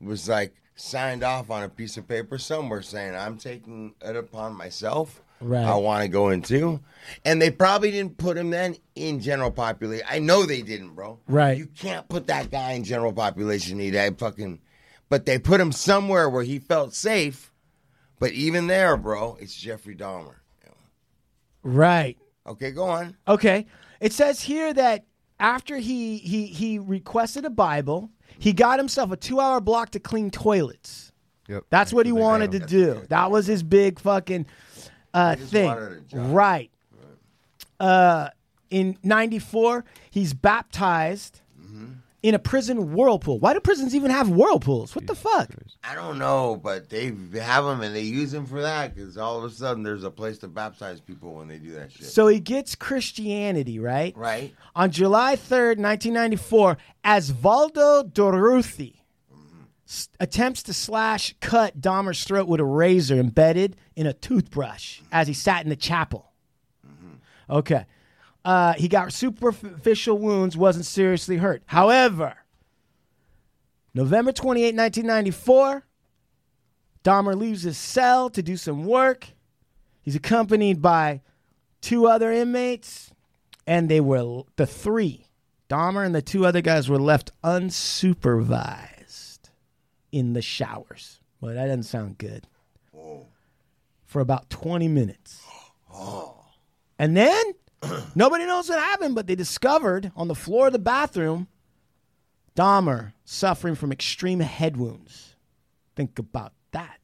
[SPEAKER 3] was like signed off on a piece of paper somewhere saying, I'm taking it upon myself.
[SPEAKER 1] Right.
[SPEAKER 3] I want to go into. And they probably didn't put him then in general population. I know they didn't, bro.
[SPEAKER 1] Right.
[SPEAKER 3] You can't put that guy in general population. He that fucking. But they put him somewhere where he felt safe. But even there, bro, it's Jeffrey Dahmer.
[SPEAKER 1] Right.
[SPEAKER 3] Okay, go on.
[SPEAKER 1] Okay. It says here that after he he he requested a Bible, he got himself a two hour block to clean toilets.
[SPEAKER 7] Yep.
[SPEAKER 1] That's what he
[SPEAKER 7] Actually,
[SPEAKER 1] wanted to
[SPEAKER 7] yeah.
[SPEAKER 1] do. That was his big fucking uh,
[SPEAKER 3] just
[SPEAKER 1] thing.
[SPEAKER 3] wanted a job.
[SPEAKER 1] Right. Uh, in 94, he's baptized
[SPEAKER 3] Mm-hmm.
[SPEAKER 1] in a prison whirlpool. Why do prisons even have whirlpools? What the fuck?
[SPEAKER 3] I don't know, but they have him and they use him for that because all of a sudden there's a place to baptize people when they do that shit.
[SPEAKER 1] So he gets Christianity, right?
[SPEAKER 3] Right.
[SPEAKER 1] On July 3rd, 1994, Asvaldo Dorruthi s- attempts to slash cut Dahmer's throat with a razor embedded in a toothbrush as he sat in the chapel. Okay. Uh, he got superficial wounds, wasn't seriously hurt. However, November 28, 1994, Dahmer leaves his cell to do some work. He's accompanied by two other inmates, and they were the three, Dahmer and the two other guys, were left unsupervised in the showers. Well, that doesn't sound good. For about 20 minutes. And then nobody knows what happened, but they discovered on the floor of the bathroom Dahmer suffering from extreme head wounds. Think about that.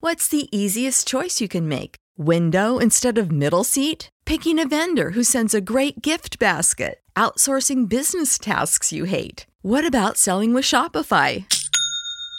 [SPEAKER 11] What's the easiest choice you can make? Window instead of middle seat? Picking a vendor who sends a great gift basket? Outsourcing business tasks you hate? What about selling with Shopify?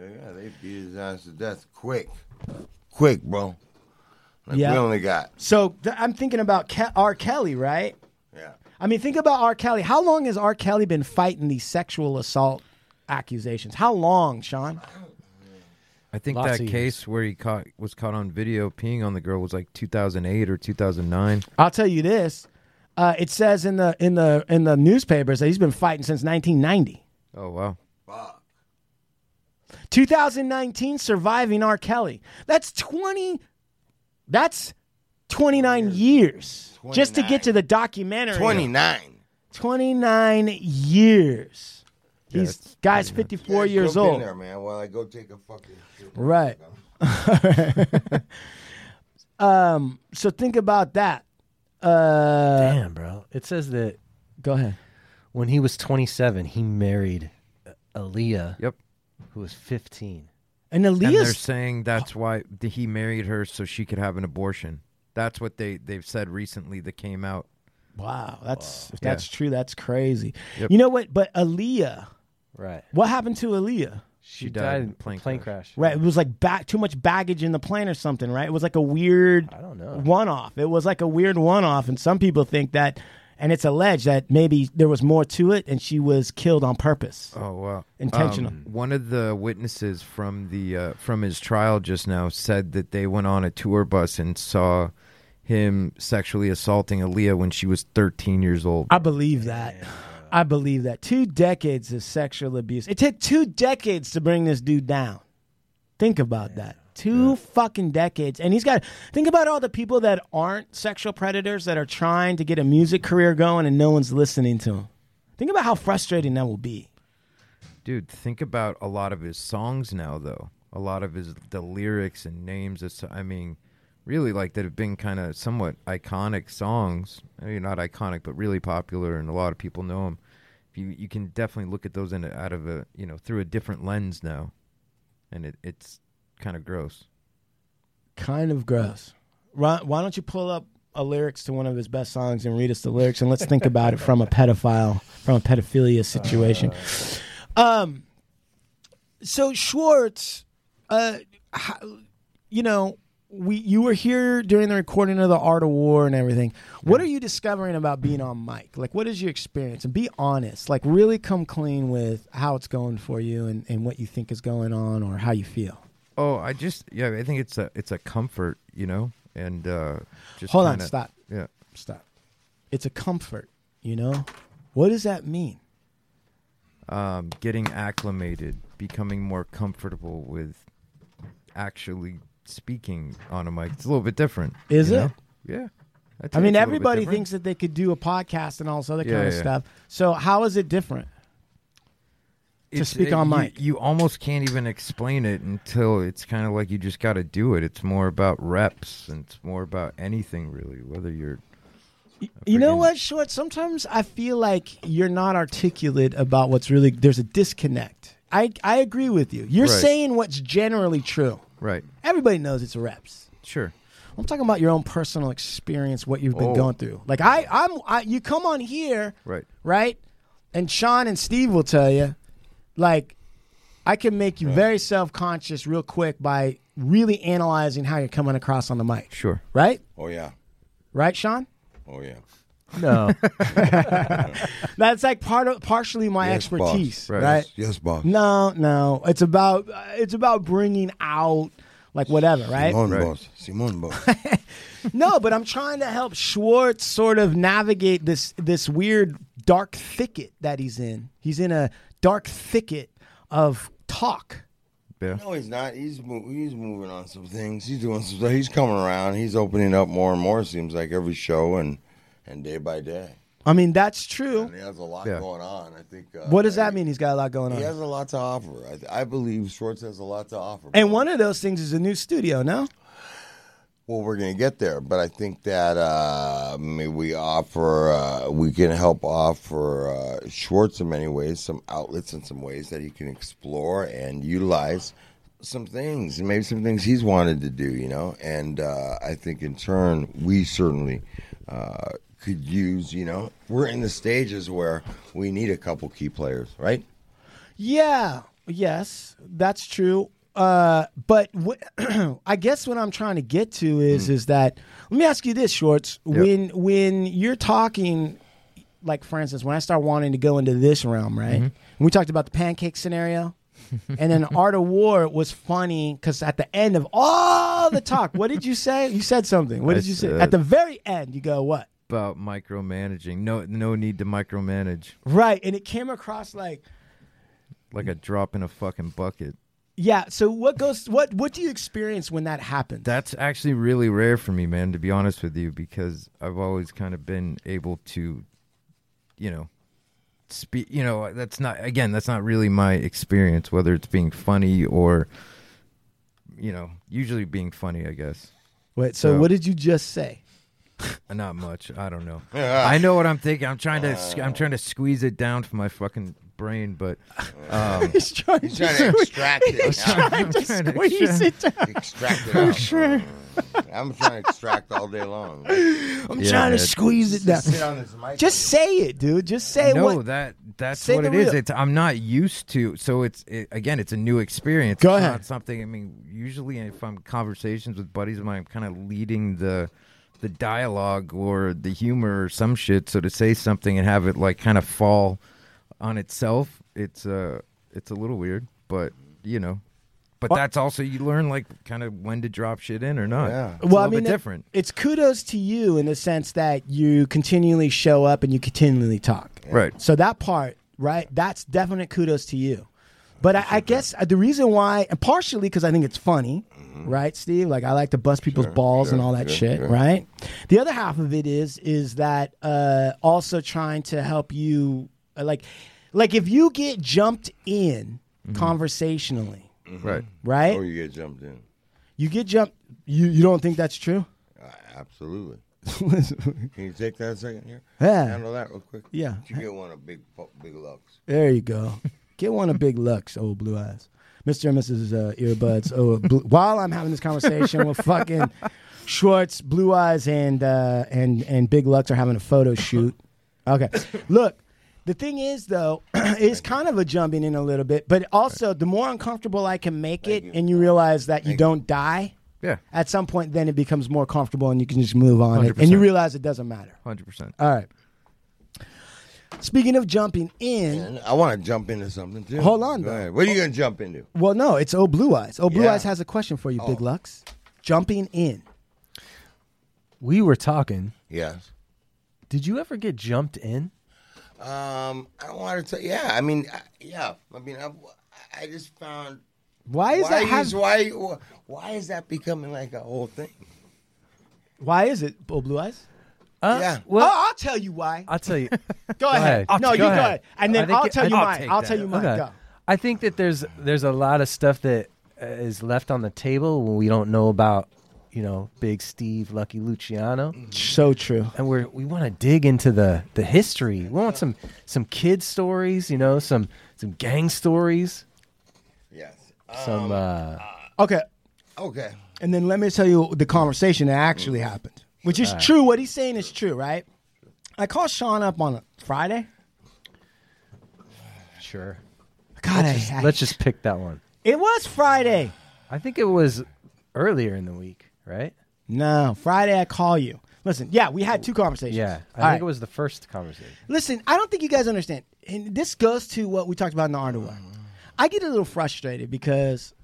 [SPEAKER 3] Yeah, they beat his ass to death quick. Quick, bro. Like
[SPEAKER 1] Yeah.
[SPEAKER 3] we only got
[SPEAKER 1] So th- I'm thinking about Ke- R. Kelly, right?
[SPEAKER 3] yeah.
[SPEAKER 1] I mean, think about R. Kelly. How long has R. Kelly been fighting these sexual assault accusations? How long, Sean?
[SPEAKER 7] I think
[SPEAKER 10] Lots
[SPEAKER 7] that
[SPEAKER 10] of
[SPEAKER 7] case where he caught was caught on video peeing on the girl was like 2008 or 2009.
[SPEAKER 1] I'll tell you this. Uh, it says in the in the in the newspapers that he's been fighting since 1990.
[SPEAKER 7] Oh wow.
[SPEAKER 1] 2019, surviving R. Kelly. That's 20. That's 29 years just to get to the documentary.
[SPEAKER 3] Twenty nine.
[SPEAKER 1] 29 years.
[SPEAKER 7] Yeah,
[SPEAKER 1] He's
[SPEAKER 7] it's
[SPEAKER 1] guy's 54 years old.
[SPEAKER 3] there, man. While I go take a fucking.
[SPEAKER 1] Right. Um, so think about that. Uh,
[SPEAKER 10] Damn, bro. It says that.
[SPEAKER 1] Go ahead.
[SPEAKER 10] When he was 27, he married
[SPEAKER 1] uh,
[SPEAKER 10] Aaliyah. Yep. Who was 15.
[SPEAKER 1] And
[SPEAKER 7] they're
[SPEAKER 1] Aaliyah's
[SPEAKER 7] saying that's why th- he married her so she could have an abortion. That's what they they've said recently that came out.
[SPEAKER 1] Wow, that's if
[SPEAKER 7] Yeah.
[SPEAKER 1] that's true. That's crazy. You know what? But Aaliyah,
[SPEAKER 10] right?
[SPEAKER 1] What happened to Aaliyah?
[SPEAKER 7] She, died, in a plane, crash.
[SPEAKER 1] Right, it was like back too much baggage in the plane or something. Right, it was like a weird I don't know one off. It was like a weird one off, and some people think that, and it's alleged that maybe there was more to it, and she was killed on purpose.
[SPEAKER 7] Oh wow,
[SPEAKER 1] intentional.
[SPEAKER 7] Um, one of the witnesses from the uh, from his trial just now said that they went on a tour bus and saw him sexually assaulting Aaliyah when she was 13 years old.
[SPEAKER 1] I believe that. I believe that. Two decades of sexual abuse. It took two decades to bring this dude down. Think about that. Two fucking decades. And he's got, think about all the people that aren't sexual predators that are trying to get a music career going and no one's listening to them. Think about how frustrating that will be.
[SPEAKER 7] Dude, think about a lot of his songs now, though. A lot of his the lyrics and names. Of, so- I mean, really, like that have been kind of somewhat iconic songs. I mean, not iconic, but really popular, and a lot of people know him. You you can definitely look at those in a, out of a you know through a different lens now, and it, it's kind of gross.
[SPEAKER 1] Kind of gross. Ron, why don't you pull up a lyrics to one of his best songs and read us the lyrics and let's think about it from a pedophile, from a pedophilia situation. Um, so Schwartz, uh, ho- you know, we you were here during the recording of the Art of War and everything. What are you discovering about being on mic? Like, what is your experience? And be honest. Like, really come clean with how it's going for you and, and what you think is going on or how you feel.
[SPEAKER 7] Oh, I just yeah, I think it's a it's a comfort, you know, and uh, just
[SPEAKER 1] Hold on,
[SPEAKER 7] kinda-
[SPEAKER 1] stop.
[SPEAKER 7] Yeah,
[SPEAKER 1] stop. It's a comfort, you know. What does that mean?
[SPEAKER 7] um, getting acclimated, becoming more comfortable with actually speaking on a mic. It's a little bit different.
[SPEAKER 1] Is
[SPEAKER 7] you
[SPEAKER 1] it?
[SPEAKER 7] know? Yeah. I'd
[SPEAKER 1] I,
[SPEAKER 7] say it's a little
[SPEAKER 1] mean,
[SPEAKER 7] bit
[SPEAKER 1] everybody
[SPEAKER 7] different.
[SPEAKER 1] thinks that they could do a podcast and all this other
[SPEAKER 7] Yeah,
[SPEAKER 1] kind of
[SPEAKER 7] yeah.
[SPEAKER 1] stuff. So, how is it different? to
[SPEAKER 7] It's-
[SPEAKER 1] speak
[SPEAKER 7] uh,
[SPEAKER 1] on
[SPEAKER 7] you-
[SPEAKER 1] mic.
[SPEAKER 7] You, almost can't even explain it until it's kind of like you just got to do it. It's more about reps and it's more about anything really, whether you're
[SPEAKER 1] You know what, Short? Sometimes I feel like you're not articulate about what's really. There's a disconnect. I I agree with you. You're
[SPEAKER 7] Right.
[SPEAKER 1] saying what's generally true.
[SPEAKER 7] right.
[SPEAKER 1] Everybody knows it's reps.
[SPEAKER 7] Sure.
[SPEAKER 1] I'm talking about your own personal experience, what you've been
[SPEAKER 7] Oh.
[SPEAKER 1] going through. Like I, I'm, I, you come on here,
[SPEAKER 7] Right.
[SPEAKER 1] right? And Sean and Steve will tell you, like, I can make you very self conscious real quick by really analyzing how you're coming across on the mic.
[SPEAKER 7] Sure.
[SPEAKER 1] Right.
[SPEAKER 3] Oh yeah.
[SPEAKER 1] Right, Sean.
[SPEAKER 3] Oh yeah.
[SPEAKER 1] No. That's like part of partially my
[SPEAKER 3] Yes,
[SPEAKER 1] expertise,
[SPEAKER 3] boss. Right.
[SPEAKER 1] right?
[SPEAKER 3] Yes- yes, boss.
[SPEAKER 1] No, no. It's about uh, it's about bringing out like whatever, right?
[SPEAKER 3] Simone boss. Simone boss.
[SPEAKER 1] no, but I'm trying to help Schwartz sort of navigate this this weird dark thicket that he's in. He's in a dark thicket of talk.
[SPEAKER 7] Yeah.
[SPEAKER 3] No, he's not. He's mo- he's moving on some things. He's doing some stuff. He's coming around. He's opening up more and more. It seems like every show and and day by day.
[SPEAKER 1] I mean, that's true.
[SPEAKER 3] And he has a lot going on. I think. Uh,
[SPEAKER 1] What does that mean? He's got a lot going
[SPEAKER 3] He has
[SPEAKER 1] on.
[SPEAKER 3] a lot to offer. I, I believe Schwartz has a lot to offer.
[SPEAKER 1] And one of those things is a new studio, no?
[SPEAKER 3] Well, we're going to get there, but I think that uh, maybe we offer, uh, we can help offer uh, Schwartz in many ways, some outlets and some ways that he can explore and utilize some things, and maybe some things he's wanted to do, you know. And uh, I think in turn, we certainly uh, could use, you know, we're in the stages where we need a couple key players, right?
[SPEAKER 1] Yeah. Yes, that's true. Uh, but wh- I guess what I'm trying to get to is
[SPEAKER 3] Hmm.
[SPEAKER 1] is that let me ask you this, Schwartz. When when you're talking, like for instance, when I start wanting to go into this realm,
[SPEAKER 3] Mm-hmm.
[SPEAKER 1] right?
[SPEAKER 12] Mhm.
[SPEAKER 1] And we talked about the pancake scenario, and then Art of War was funny because at the end of all the talk, what did you say? You said something. What
[SPEAKER 7] I
[SPEAKER 1] did you say?
[SPEAKER 7] said-
[SPEAKER 1] At the very end, you go what?
[SPEAKER 7] About micromanaging. No no need to micromanage.
[SPEAKER 1] Right, and it came across like
[SPEAKER 7] Like a drop in a fucking bucket.
[SPEAKER 1] yeah. So what goes? What what do you experience when that happens?
[SPEAKER 7] That's actually really rare for me, man, to be honest with you, because I've always kind of been able to, you know, speak, you know, that's not, again, that's not really my experience, whether it's being funny or, you know, usually being funny, I guess.
[SPEAKER 1] Wait, so,
[SPEAKER 7] So-
[SPEAKER 1] what did you just say?
[SPEAKER 7] Not much. I don't know. I know what I'm thinking. I'm trying to. sque- I'm trying to squeeze it down from my fucking brain, but um,
[SPEAKER 1] He's trying
[SPEAKER 3] He's trying to extract it.
[SPEAKER 7] He's trying to
[SPEAKER 3] I'm
[SPEAKER 7] squeeze it
[SPEAKER 3] extract-
[SPEAKER 7] down.
[SPEAKER 3] Extract it
[SPEAKER 7] For
[SPEAKER 3] out.
[SPEAKER 7] sure.
[SPEAKER 3] I'm trying to extract all day long.
[SPEAKER 1] I'm trying to squeeze it down.
[SPEAKER 3] Sit on this mic.
[SPEAKER 1] Just say it, dude. Just say
[SPEAKER 7] no,
[SPEAKER 1] what.
[SPEAKER 7] that that's
[SPEAKER 1] say
[SPEAKER 7] what
[SPEAKER 1] the
[SPEAKER 7] it is.
[SPEAKER 1] real-
[SPEAKER 7] It's I'm not used to, so it's it, again, it's a new experience.
[SPEAKER 1] Go
[SPEAKER 7] It's
[SPEAKER 1] ahead.
[SPEAKER 7] not something. I mean, usually if I'm conversations with buddies of mine, I'm kind of leading the the dialogue or the humor or some shit. So to say something and have it like kind of fall on itself, it's uh it's a little weird, but you know. But that's also you learn like kind of when to drop shit in or not. Yeah. It's a little bit
[SPEAKER 1] it-
[SPEAKER 7] different.
[SPEAKER 1] It's kudos to you in the sense that you continually show up and you continually talk.
[SPEAKER 7] Right.
[SPEAKER 1] So that part, right? That's definite kudos to you. But I, I guess uh, the reason why, and partially because I think it's funny, right, Steve? Like I like to bust people's balls and
[SPEAKER 13] sure,
[SPEAKER 1] all that
[SPEAKER 13] sure,
[SPEAKER 1] shit,
[SPEAKER 13] sure.
[SPEAKER 1] right? The other half of it is is that uh, also trying to help you, uh, like, like if you get jumped in conversationally,
[SPEAKER 7] Oh,
[SPEAKER 3] Right.
[SPEAKER 1] Right?
[SPEAKER 3] Or you get jumped in.
[SPEAKER 1] you get jumped. You you don't think that's true?
[SPEAKER 3] Uh, Absolutely. Can you take that a second here?
[SPEAKER 1] Yeah.
[SPEAKER 3] Handle that real quick.
[SPEAKER 1] Yeah.
[SPEAKER 3] You get one of big, fu- big lux.
[SPEAKER 1] There you go. Get one of Big Lux, old blue eyes. Mr. and Mrs. Uh, Earbuds. Oh, blue. While I'm having this conversation with fucking Schwartz, Blue Eyes, and uh, and and Big Lux are having a photo shoot. Okay, look. The thing is, though, it's kind of a jumping in a little bit, but also the more uncomfortable I can make it, and you realize that you don't die.
[SPEAKER 7] Yeah.
[SPEAKER 1] At some point, then it becomes more comfortable, and you can just move on it, and you
[SPEAKER 7] 100%.
[SPEAKER 1] realize it doesn't matter.
[SPEAKER 7] Hundred percent.
[SPEAKER 1] All right. Speaking of jumping in,
[SPEAKER 3] I want to jump into something too.
[SPEAKER 1] Hold on,
[SPEAKER 3] Go
[SPEAKER 1] though.
[SPEAKER 3] ahead. What are you going to jump into?
[SPEAKER 1] Well, no, it's Oh Blue Eyes. Oh Blue
[SPEAKER 3] Yeah.
[SPEAKER 1] Eyes has a question for you, Big Lux. Jumping in.
[SPEAKER 10] We were talking.
[SPEAKER 3] Yes.
[SPEAKER 10] Did you ever get jumped in?
[SPEAKER 3] Um, I don't want to tell. Yeah, I mean, I, yeah. I mean, I, I just found.
[SPEAKER 1] Why is that?
[SPEAKER 3] Is,
[SPEAKER 1] have-
[SPEAKER 3] why? Why is that becoming like a whole thing?
[SPEAKER 1] why is it Oh Blue Eyes?
[SPEAKER 10] Uh,
[SPEAKER 3] yeah.
[SPEAKER 10] Well,
[SPEAKER 1] oh, I'll tell you why.
[SPEAKER 10] I'll tell you.
[SPEAKER 1] Go ahead. No, you go ahead. And then
[SPEAKER 10] I think
[SPEAKER 1] I'll
[SPEAKER 10] it-
[SPEAKER 1] tell you
[SPEAKER 10] I'll
[SPEAKER 1] mine.
[SPEAKER 10] take
[SPEAKER 1] I'll
[SPEAKER 10] that.
[SPEAKER 1] tell you mine.
[SPEAKER 10] Okay.
[SPEAKER 1] Go.
[SPEAKER 10] I think that there's there's a lot of stuff that uh, is left on the table when we don't know about, you know, Big Steve, Lucky Luciano,
[SPEAKER 1] Mm-hmm. So true.
[SPEAKER 10] and we're we want to dig into the the history. We want some some kid stories, you know, some some gang stories,
[SPEAKER 3] Yes.
[SPEAKER 1] Um,
[SPEAKER 10] some. uh
[SPEAKER 1] Okay.
[SPEAKER 3] Okay.
[SPEAKER 1] And then let me tell you the conversation that actually happened, which is
[SPEAKER 10] All right.
[SPEAKER 1] true. What he's saying is true, right? I called Sean up on a Friday.
[SPEAKER 10] Sure.
[SPEAKER 1] God, I, I-
[SPEAKER 10] Let's just pick that one.
[SPEAKER 1] it was Friday.
[SPEAKER 10] I think it was earlier in the week, right?
[SPEAKER 1] No, Friday I call you. Listen, yeah, we had two conversations.
[SPEAKER 10] Yeah, I
[SPEAKER 1] All
[SPEAKER 10] think
[SPEAKER 1] right.
[SPEAKER 10] it was the first conversation.
[SPEAKER 1] Listen, I don't think you guys understand. And this goes to what we talked about in the art of war. I get a little frustrated because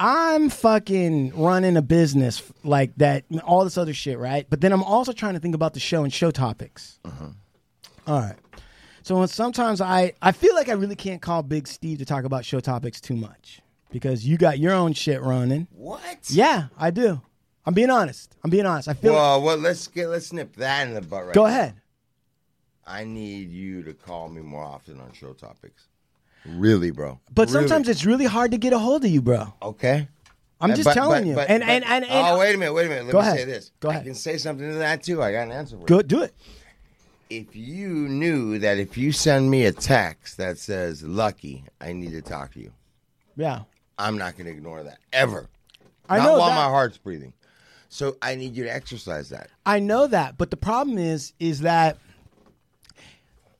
[SPEAKER 1] I'm fucking running a business f- like that, and all this other shit, right? But then I'm also trying to think about the show and show topics.
[SPEAKER 3] Uh-huh.
[SPEAKER 1] All right. So when sometimes I, I feel like I really can't call Big Steve to talk about show topics too much because you got your own shit running.
[SPEAKER 3] What?
[SPEAKER 1] Yeah, I do. I'm being honest. I'm being honest. I feel.
[SPEAKER 3] Well, well, let's get let's nip that in the butt right.
[SPEAKER 1] go
[SPEAKER 3] now.
[SPEAKER 1] ahead.
[SPEAKER 3] I need you to call me more often on show topics. Really, bro.
[SPEAKER 1] But
[SPEAKER 3] Really.
[SPEAKER 1] sometimes it's really hard to get a hold of you, bro.
[SPEAKER 3] Okay.
[SPEAKER 1] I'm
[SPEAKER 3] Uh,
[SPEAKER 1] just
[SPEAKER 3] but-
[SPEAKER 1] telling
[SPEAKER 3] but-
[SPEAKER 1] you.
[SPEAKER 3] but-
[SPEAKER 1] and,
[SPEAKER 3] but-
[SPEAKER 1] and and and
[SPEAKER 3] oh, wait a minute, wait a minute. Let
[SPEAKER 1] Go
[SPEAKER 3] me
[SPEAKER 1] ahead.
[SPEAKER 3] say this.
[SPEAKER 1] Go
[SPEAKER 3] I
[SPEAKER 1] ahead.
[SPEAKER 3] can say something to that too. I got an answer for it.
[SPEAKER 1] Go do it.
[SPEAKER 3] If you knew that if you send me a text that says "Lucky, I need to talk to you,"
[SPEAKER 1] Yeah.
[SPEAKER 3] I'm not going to ignore that ever.
[SPEAKER 1] I
[SPEAKER 3] not
[SPEAKER 1] know
[SPEAKER 3] while
[SPEAKER 1] that.
[SPEAKER 3] my heart's breathing. So I need you to exercise that.
[SPEAKER 1] I know that, but the problem is is that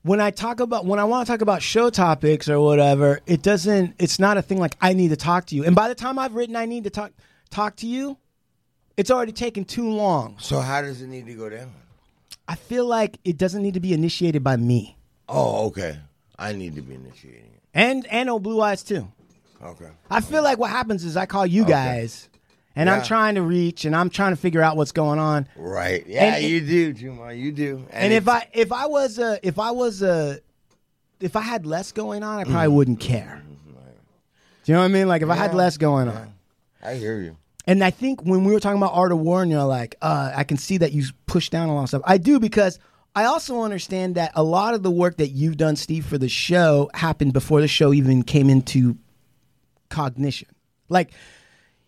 [SPEAKER 1] when I talk about when I want to talk about show topics or whatever, it doesn't it's not a thing like I need to talk to you. And by the time I've written I need to talk talk to you, it's already taken too long.
[SPEAKER 3] So how does it need to go down?
[SPEAKER 1] I feel like it doesn't need to be initiated by me.
[SPEAKER 3] Oh, okay. I need to be initiating it.
[SPEAKER 1] And and old blue eyes too.
[SPEAKER 3] Okay.
[SPEAKER 1] I feel like what happens is I call you guys and I'm
[SPEAKER 3] Yeah.
[SPEAKER 1] trying to reach and I'm trying to figure out what's going on.
[SPEAKER 3] Right. Yeah,
[SPEAKER 1] And-
[SPEAKER 3] you do, Jamal. You do.
[SPEAKER 1] And, if
[SPEAKER 3] it's-
[SPEAKER 1] I if I was a if I was a if I had less going on, I probably wouldn't care. Do you know what I mean? Like if I had less going on.
[SPEAKER 3] I hear you.
[SPEAKER 1] And I think when we were talking about art of war, and you're like, uh, I can see that you push down a lot of stuff. I do because I also understand that a lot of the work that you've done, Steve, for the show happened before the show even came into cognition. Like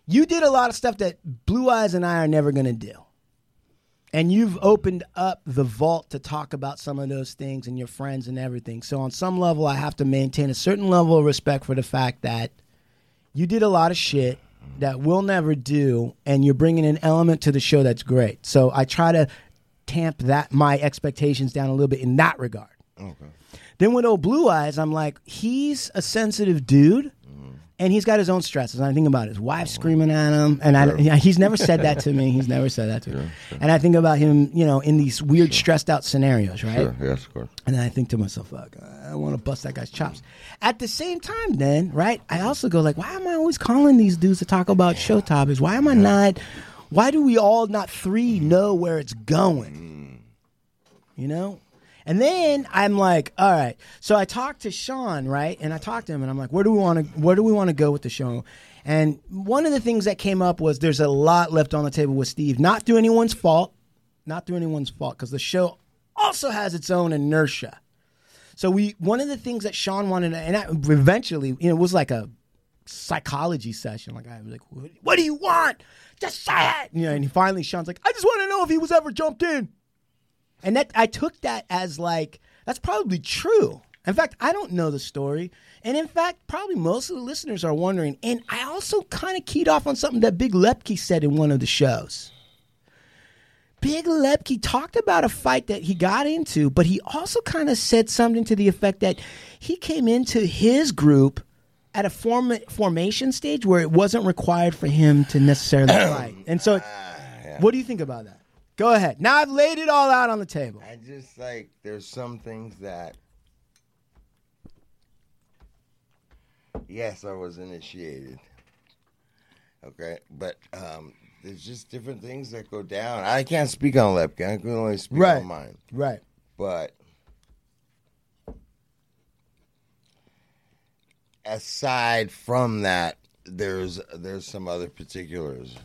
[SPEAKER 1] You did a lot of stuff that Blue Eyes and I are never going to do. And you've opened up the vault to talk about some of those things and your friends and everything. So, on some level, I have to maintain a certain level of respect for the fact that you did a lot of shit that we'll never do, and you're bringing an element to the show that's great. So, I try to tamp that my expectations down a little bit in that regard.
[SPEAKER 3] Okay.
[SPEAKER 1] Then with old blue eyes, I'm like, he's a sensitive dude,
[SPEAKER 3] Mm.
[SPEAKER 1] and he's got his own stresses. And I think about his wife screaming at him, and I,
[SPEAKER 3] Sure.
[SPEAKER 1] yeah, he's never said that to me. He's never said that to me. And I think about him, you know, in these weird, stressed out scenarios, right?
[SPEAKER 3] Sure, yes, of course.
[SPEAKER 1] And then I think to myself, fuck, I want to bust that guy's chops. At the same time, then, right, I also go like, why am I always calling these dudes to talk about show topics? Why am I not? Why do we all not three know where it's going? You know. And then I'm like, all right. So I talked to Sean, right? And I talked to him, and I'm like, where do we want to? Where do we want to go with the show? And one of the things that came up was there's a lot left on the table with Steve. Not through anyone's fault. Not through anyone's fault, because the show also has its own inertia. So we one of the things that Sean wanted, and I, eventually you know, it was like a psychology session. Like I was like, what, what do you want? Just say it. You know, and finally Sean's like, I just want to know if he was ever jumped in. And that I took that as like that's probably true. In fact, I don't know the story, and in fact, probably most of the listeners are wondering. And I also kind of keyed off on something that Big Lepke said in one of the shows. Big Lepke talked about a fight that he got into, but he also kind of said something to the effect that he came into his group at a form- formation stage where it wasn't required for him to necessarily fight. And so, what do you think about that? Go ahead. Now I've laid it all out on the table.
[SPEAKER 3] I just like there's some things that yes, I was initiated. Okay, but um, there's just different things that go down. I can't speak on Lepke. I can only speak
[SPEAKER 1] Right.
[SPEAKER 3] on mine.
[SPEAKER 1] Right.
[SPEAKER 3] But aside from that, there's there's some other particulars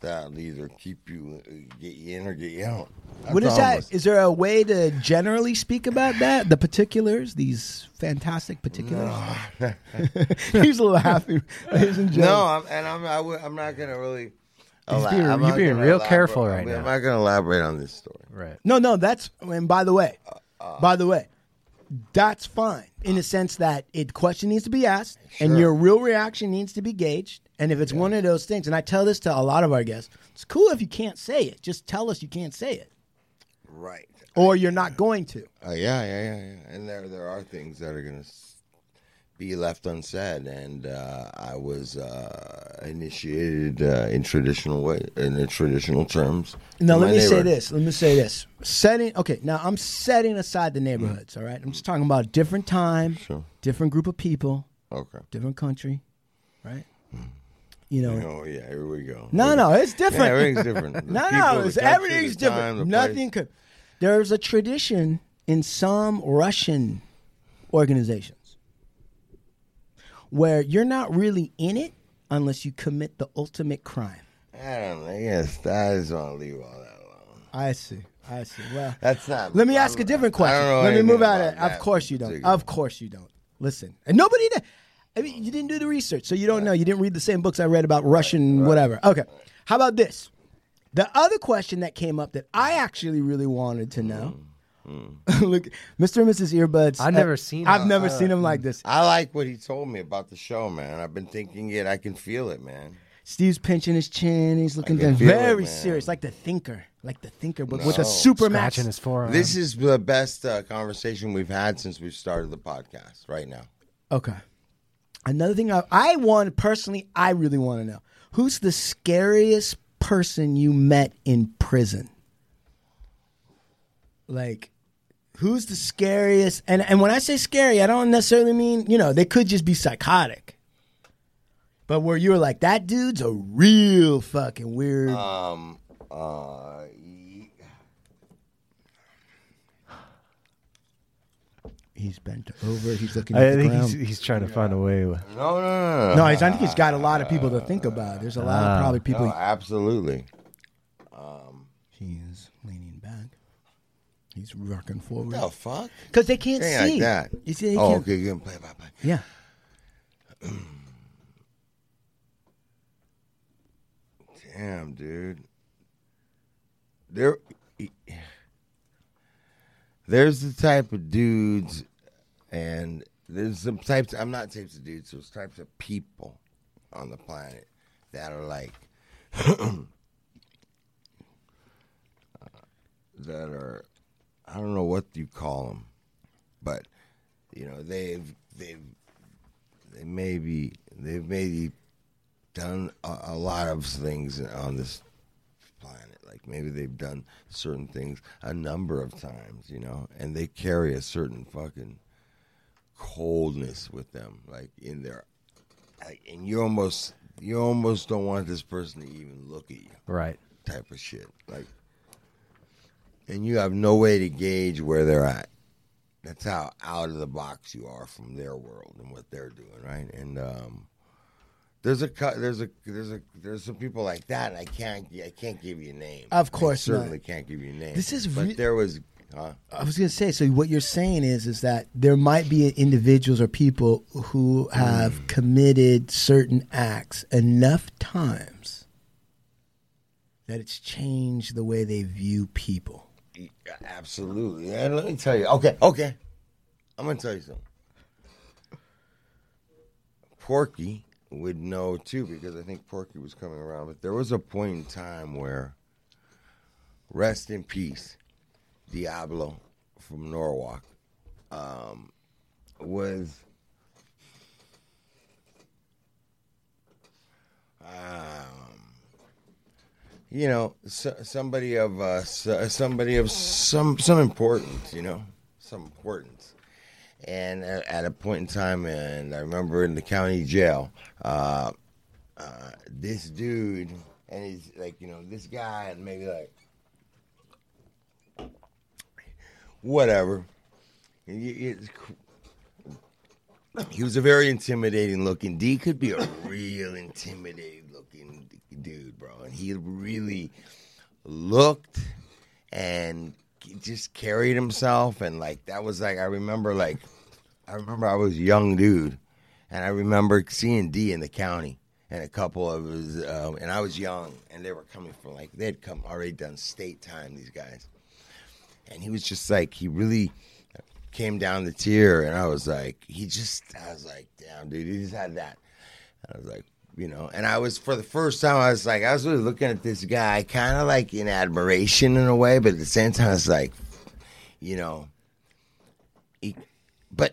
[SPEAKER 3] that'll either keep you get you in or get you out. That's
[SPEAKER 1] What is
[SPEAKER 3] all I'm
[SPEAKER 1] that? Is there a way to generally speak about that? The particulars, these fantastic particulars. He's laughing, ladies and
[SPEAKER 3] No,
[SPEAKER 1] gentlemen.
[SPEAKER 3] I'm, and I'm I w- I'm not gonna really.
[SPEAKER 1] He's
[SPEAKER 3] elab-
[SPEAKER 1] being-
[SPEAKER 3] I'm
[SPEAKER 1] you're
[SPEAKER 3] not
[SPEAKER 1] being
[SPEAKER 3] gonna
[SPEAKER 1] real
[SPEAKER 3] elaborate-
[SPEAKER 1] careful
[SPEAKER 3] I'm-
[SPEAKER 1] right
[SPEAKER 3] I'm
[SPEAKER 1] now.
[SPEAKER 3] not gonna elaborate on this story.
[SPEAKER 7] Right.
[SPEAKER 1] No, no, that's and by the way,
[SPEAKER 3] Uh,
[SPEAKER 1] by the way, that's fine in the sense that it question needs to be asked and
[SPEAKER 3] Sure.
[SPEAKER 1] your real reaction needs to be gauged. And if it's one of those things, and I tell this to a lot of our guests, it's cool if you can't say it. Just tell us you can't say it,
[SPEAKER 3] Right.
[SPEAKER 1] or you're not going to.
[SPEAKER 3] Uh, yeah, yeah, yeah, yeah. And there there are things that are gonna s- be left unsaid, and uh, I was uh, initiated uh, in traditional way in the traditional terms.
[SPEAKER 1] Now
[SPEAKER 3] to
[SPEAKER 1] let
[SPEAKER 3] my
[SPEAKER 1] me say
[SPEAKER 3] neighbor.
[SPEAKER 1] this. Let me say this. Setting okay. Now I'm setting aside the neighborhoods. All right. I'm just talking about a different time,
[SPEAKER 3] Sure.
[SPEAKER 1] different group of people,
[SPEAKER 3] Okay.
[SPEAKER 1] different country, right? You know.
[SPEAKER 3] Oh yeah, here we go.
[SPEAKER 1] No,
[SPEAKER 3] Here
[SPEAKER 1] no,
[SPEAKER 3] we go.
[SPEAKER 1] it's different.
[SPEAKER 3] Mm. Yeah, everything's different. The
[SPEAKER 1] no,
[SPEAKER 3] people,
[SPEAKER 1] no,
[SPEAKER 3] the
[SPEAKER 1] it's,
[SPEAKER 3] country, the
[SPEAKER 1] everything's
[SPEAKER 3] time,
[SPEAKER 1] different.
[SPEAKER 3] the
[SPEAKER 1] Nothing could. There's a tradition in some Russian organizations where you're not really in it unless you commit the ultimate crime.
[SPEAKER 3] place. I don't know. Yes, I just want to leave all that alone.
[SPEAKER 1] I see. I see. Well,
[SPEAKER 3] That's not.
[SPEAKER 1] Let me ask a different question.
[SPEAKER 3] I don't know
[SPEAKER 1] Let me
[SPEAKER 3] anything
[SPEAKER 1] move out
[SPEAKER 3] about
[SPEAKER 1] of it. Of
[SPEAKER 3] that
[SPEAKER 1] course you don't.
[SPEAKER 3] particular.
[SPEAKER 1] Of course you don't. Listen, and nobody. Did. I mean, you didn't do the research, so you don't know. You didn't read the same books I read about Russian whatever. Okay. How about this? The other question that came up that I actually really wanted to know.
[SPEAKER 3] Hmm.
[SPEAKER 1] Look, Mr. and Mrs. Earbuds.
[SPEAKER 10] I've
[SPEAKER 1] uh,
[SPEAKER 10] never seen
[SPEAKER 1] I've
[SPEAKER 10] him.
[SPEAKER 1] never
[SPEAKER 10] Uh,
[SPEAKER 1] seen him like this.
[SPEAKER 3] I like what he told me about the show, man. I've been thinking it. I can feel it, man.
[SPEAKER 1] Steve's pinching his chin. He's looking
[SPEAKER 3] can
[SPEAKER 1] down,
[SPEAKER 3] feel it,
[SPEAKER 1] very
[SPEAKER 3] man.
[SPEAKER 1] serious, like the thinker, like the thinker, but with
[SPEAKER 3] No.
[SPEAKER 1] a super match.
[SPEAKER 10] Scratching his
[SPEAKER 1] Uh-huh.
[SPEAKER 10] forearm.
[SPEAKER 3] This is the best uh, conversation we've had since we started the podcast right now.
[SPEAKER 1] Okay. Another thing I, I want personally, I really want to know who's the scariest person you met in prison? Like, who's the scariest? And, and when I say scary, I don't necessarily mean, you know, they could just be psychotic. But where you were like, that dude's a real fucking weird.
[SPEAKER 3] Um, uh, ye-
[SPEAKER 1] he's bent over. He's looking at
[SPEAKER 10] I
[SPEAKER 1] the
[SPEAKER 10] think he's,
[SPEAKER 1] ground.
[SPEAKER 10] he's trying to find a way. with-
[SPEAKER 3] no, no, no, no.
[SPEAKER 1] no, he's, I think he's got a lot of people to think about. There's a lot
[SPEAKER 10] Ah.
[SPEAKER 1] of probably people.
[SPEAKER 3] No, absolutely.
[SPEAKER 1] He is leaning back. He's rocking forward.
[SPEAKER 3] The fuck?
[SPEAKER 1] Because they can't
[SPEAKER 3] Ain't
[SPEAKER 1] see.
[SPEAKER 3] like that.
[SPEAKER 1] You see, they
[SPEAKER 3] oh,
[SPEAKER 1] can't.
[SPEAKER 3] okay. You can play by play.
[SPEAKER 1] Yeah.
[SPEAKER 3] Damn, dude. There, e, there's the type of dudes, and there's some types. I'm not types of dudes. There's types of people on the planet that are like that are I don't know what you call them, but you know they've they've they maybe they've maybe done a, a lot of things on this planet. Like maybe they've done certain things a number of times, you know, and they carry a certain fucking coldness with them, like in their like, and you almost you almost don't want this person to even look at you,
[SPEAKER 10] Right.
[SPEAKER 3] Type of shit, like and you have no way to gauge where they're at. That's how out of the box you are from their world and what they're doing, right? And um, there's a cu- there's a there's a there's some people like that. And I can't I can't give you a name.
[SPEAKER 1] Of course
[SPEAKER 3] I certainly
[SPEAKER 1] not.
[SPEAKER 3] can't give you a name.
[SPEAKER 1] This is
[SPEAKER 3] but
[SPEAKER 1] re-
[SPEAKER 3] there was huh?
[SPEAKER 1] I was gonna say. So what you're saying is, is that there might be individuals or people who have
[SPEAKER 3] Hmm.
[SPEAKER 1] committed certain acts enough times that it's changed the way they view people.
[SPEAKER 3] Absolutely. And let me tell you. Okay, okay. I'm gonna tell you something. Porky would know too because I think Porky was coming around. But there was a point in time where, rest in peace, Diablo from Norwalk, um, was. Um, you know, so, somebody of uh, so, somebody of some some importance, you know, some importance. And at, at a point in time, and I remember in the county jail, uh, uh, this dude, and he's like, you know, this guy, and maybe like, whatever. And you- it's cr- he was a very intimidating looking D could be a real intimidating looking dude, bro. And he really looked and just carried himself and like that was like I remember like I remember I was a young dude and I remember seeing D in the county and a couple of his uh, and I was young and they were coming from like they'd come already done state time these guys. And he was just like he really came down the tier, and I was like, he just, I was like, damn, dude, he just had that. I was like, you know, and I was for the first time, I was like, I was really looking at this guy, kind of like in admiration in a way, but at the same time, it's like, you know, he, but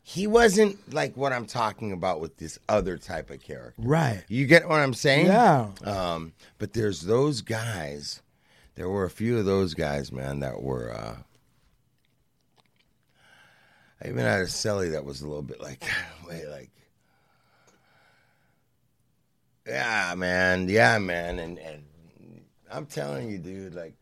[SPEAKER 3] he wasn't like what I'm talking about with this other type of character.
[SPEAKER 1] Right.
[SPEAKER 3] You get what I'm saying?
[SPEAKER 1] Yeah.
[SPEAKER 3] Um, but there's those guys. There were a few of those guys, man, that were. Uh, I even had a celly that was a little bit like, way like, yeah, man, yeah, man, and and I'm telling you, dude, like,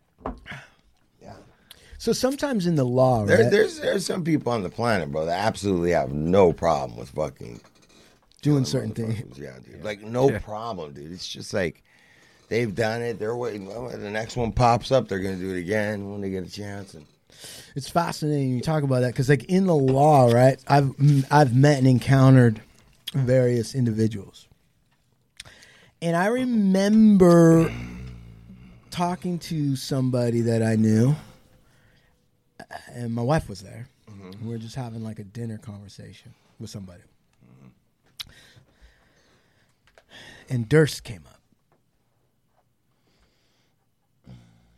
[SPEAKER 1] So sometimes in the law,
[SPEAKER 3] there,
[SPEAKER 1] right?
[SPEAKER 3] there's there's some people on the planet, bro, that absolutely have no problem with fucking
[SPEAKER 1] doing certain things.
[SPEAKER 3] Yeah, dude. Like no problem, dude. It's just like they've done it. They're waiting. Well, when the next one pops up, they're gonna do it again when they get a chance. And
[SPEAKER 1] It's fascinating you talk about that because, like, in the law, right? I've mm, I've met and encountered various individuals, and I remember talking to somebody that I knew, uh, and my wife was there. We we're just having like a dinner conversation with somebody, and Durst came up.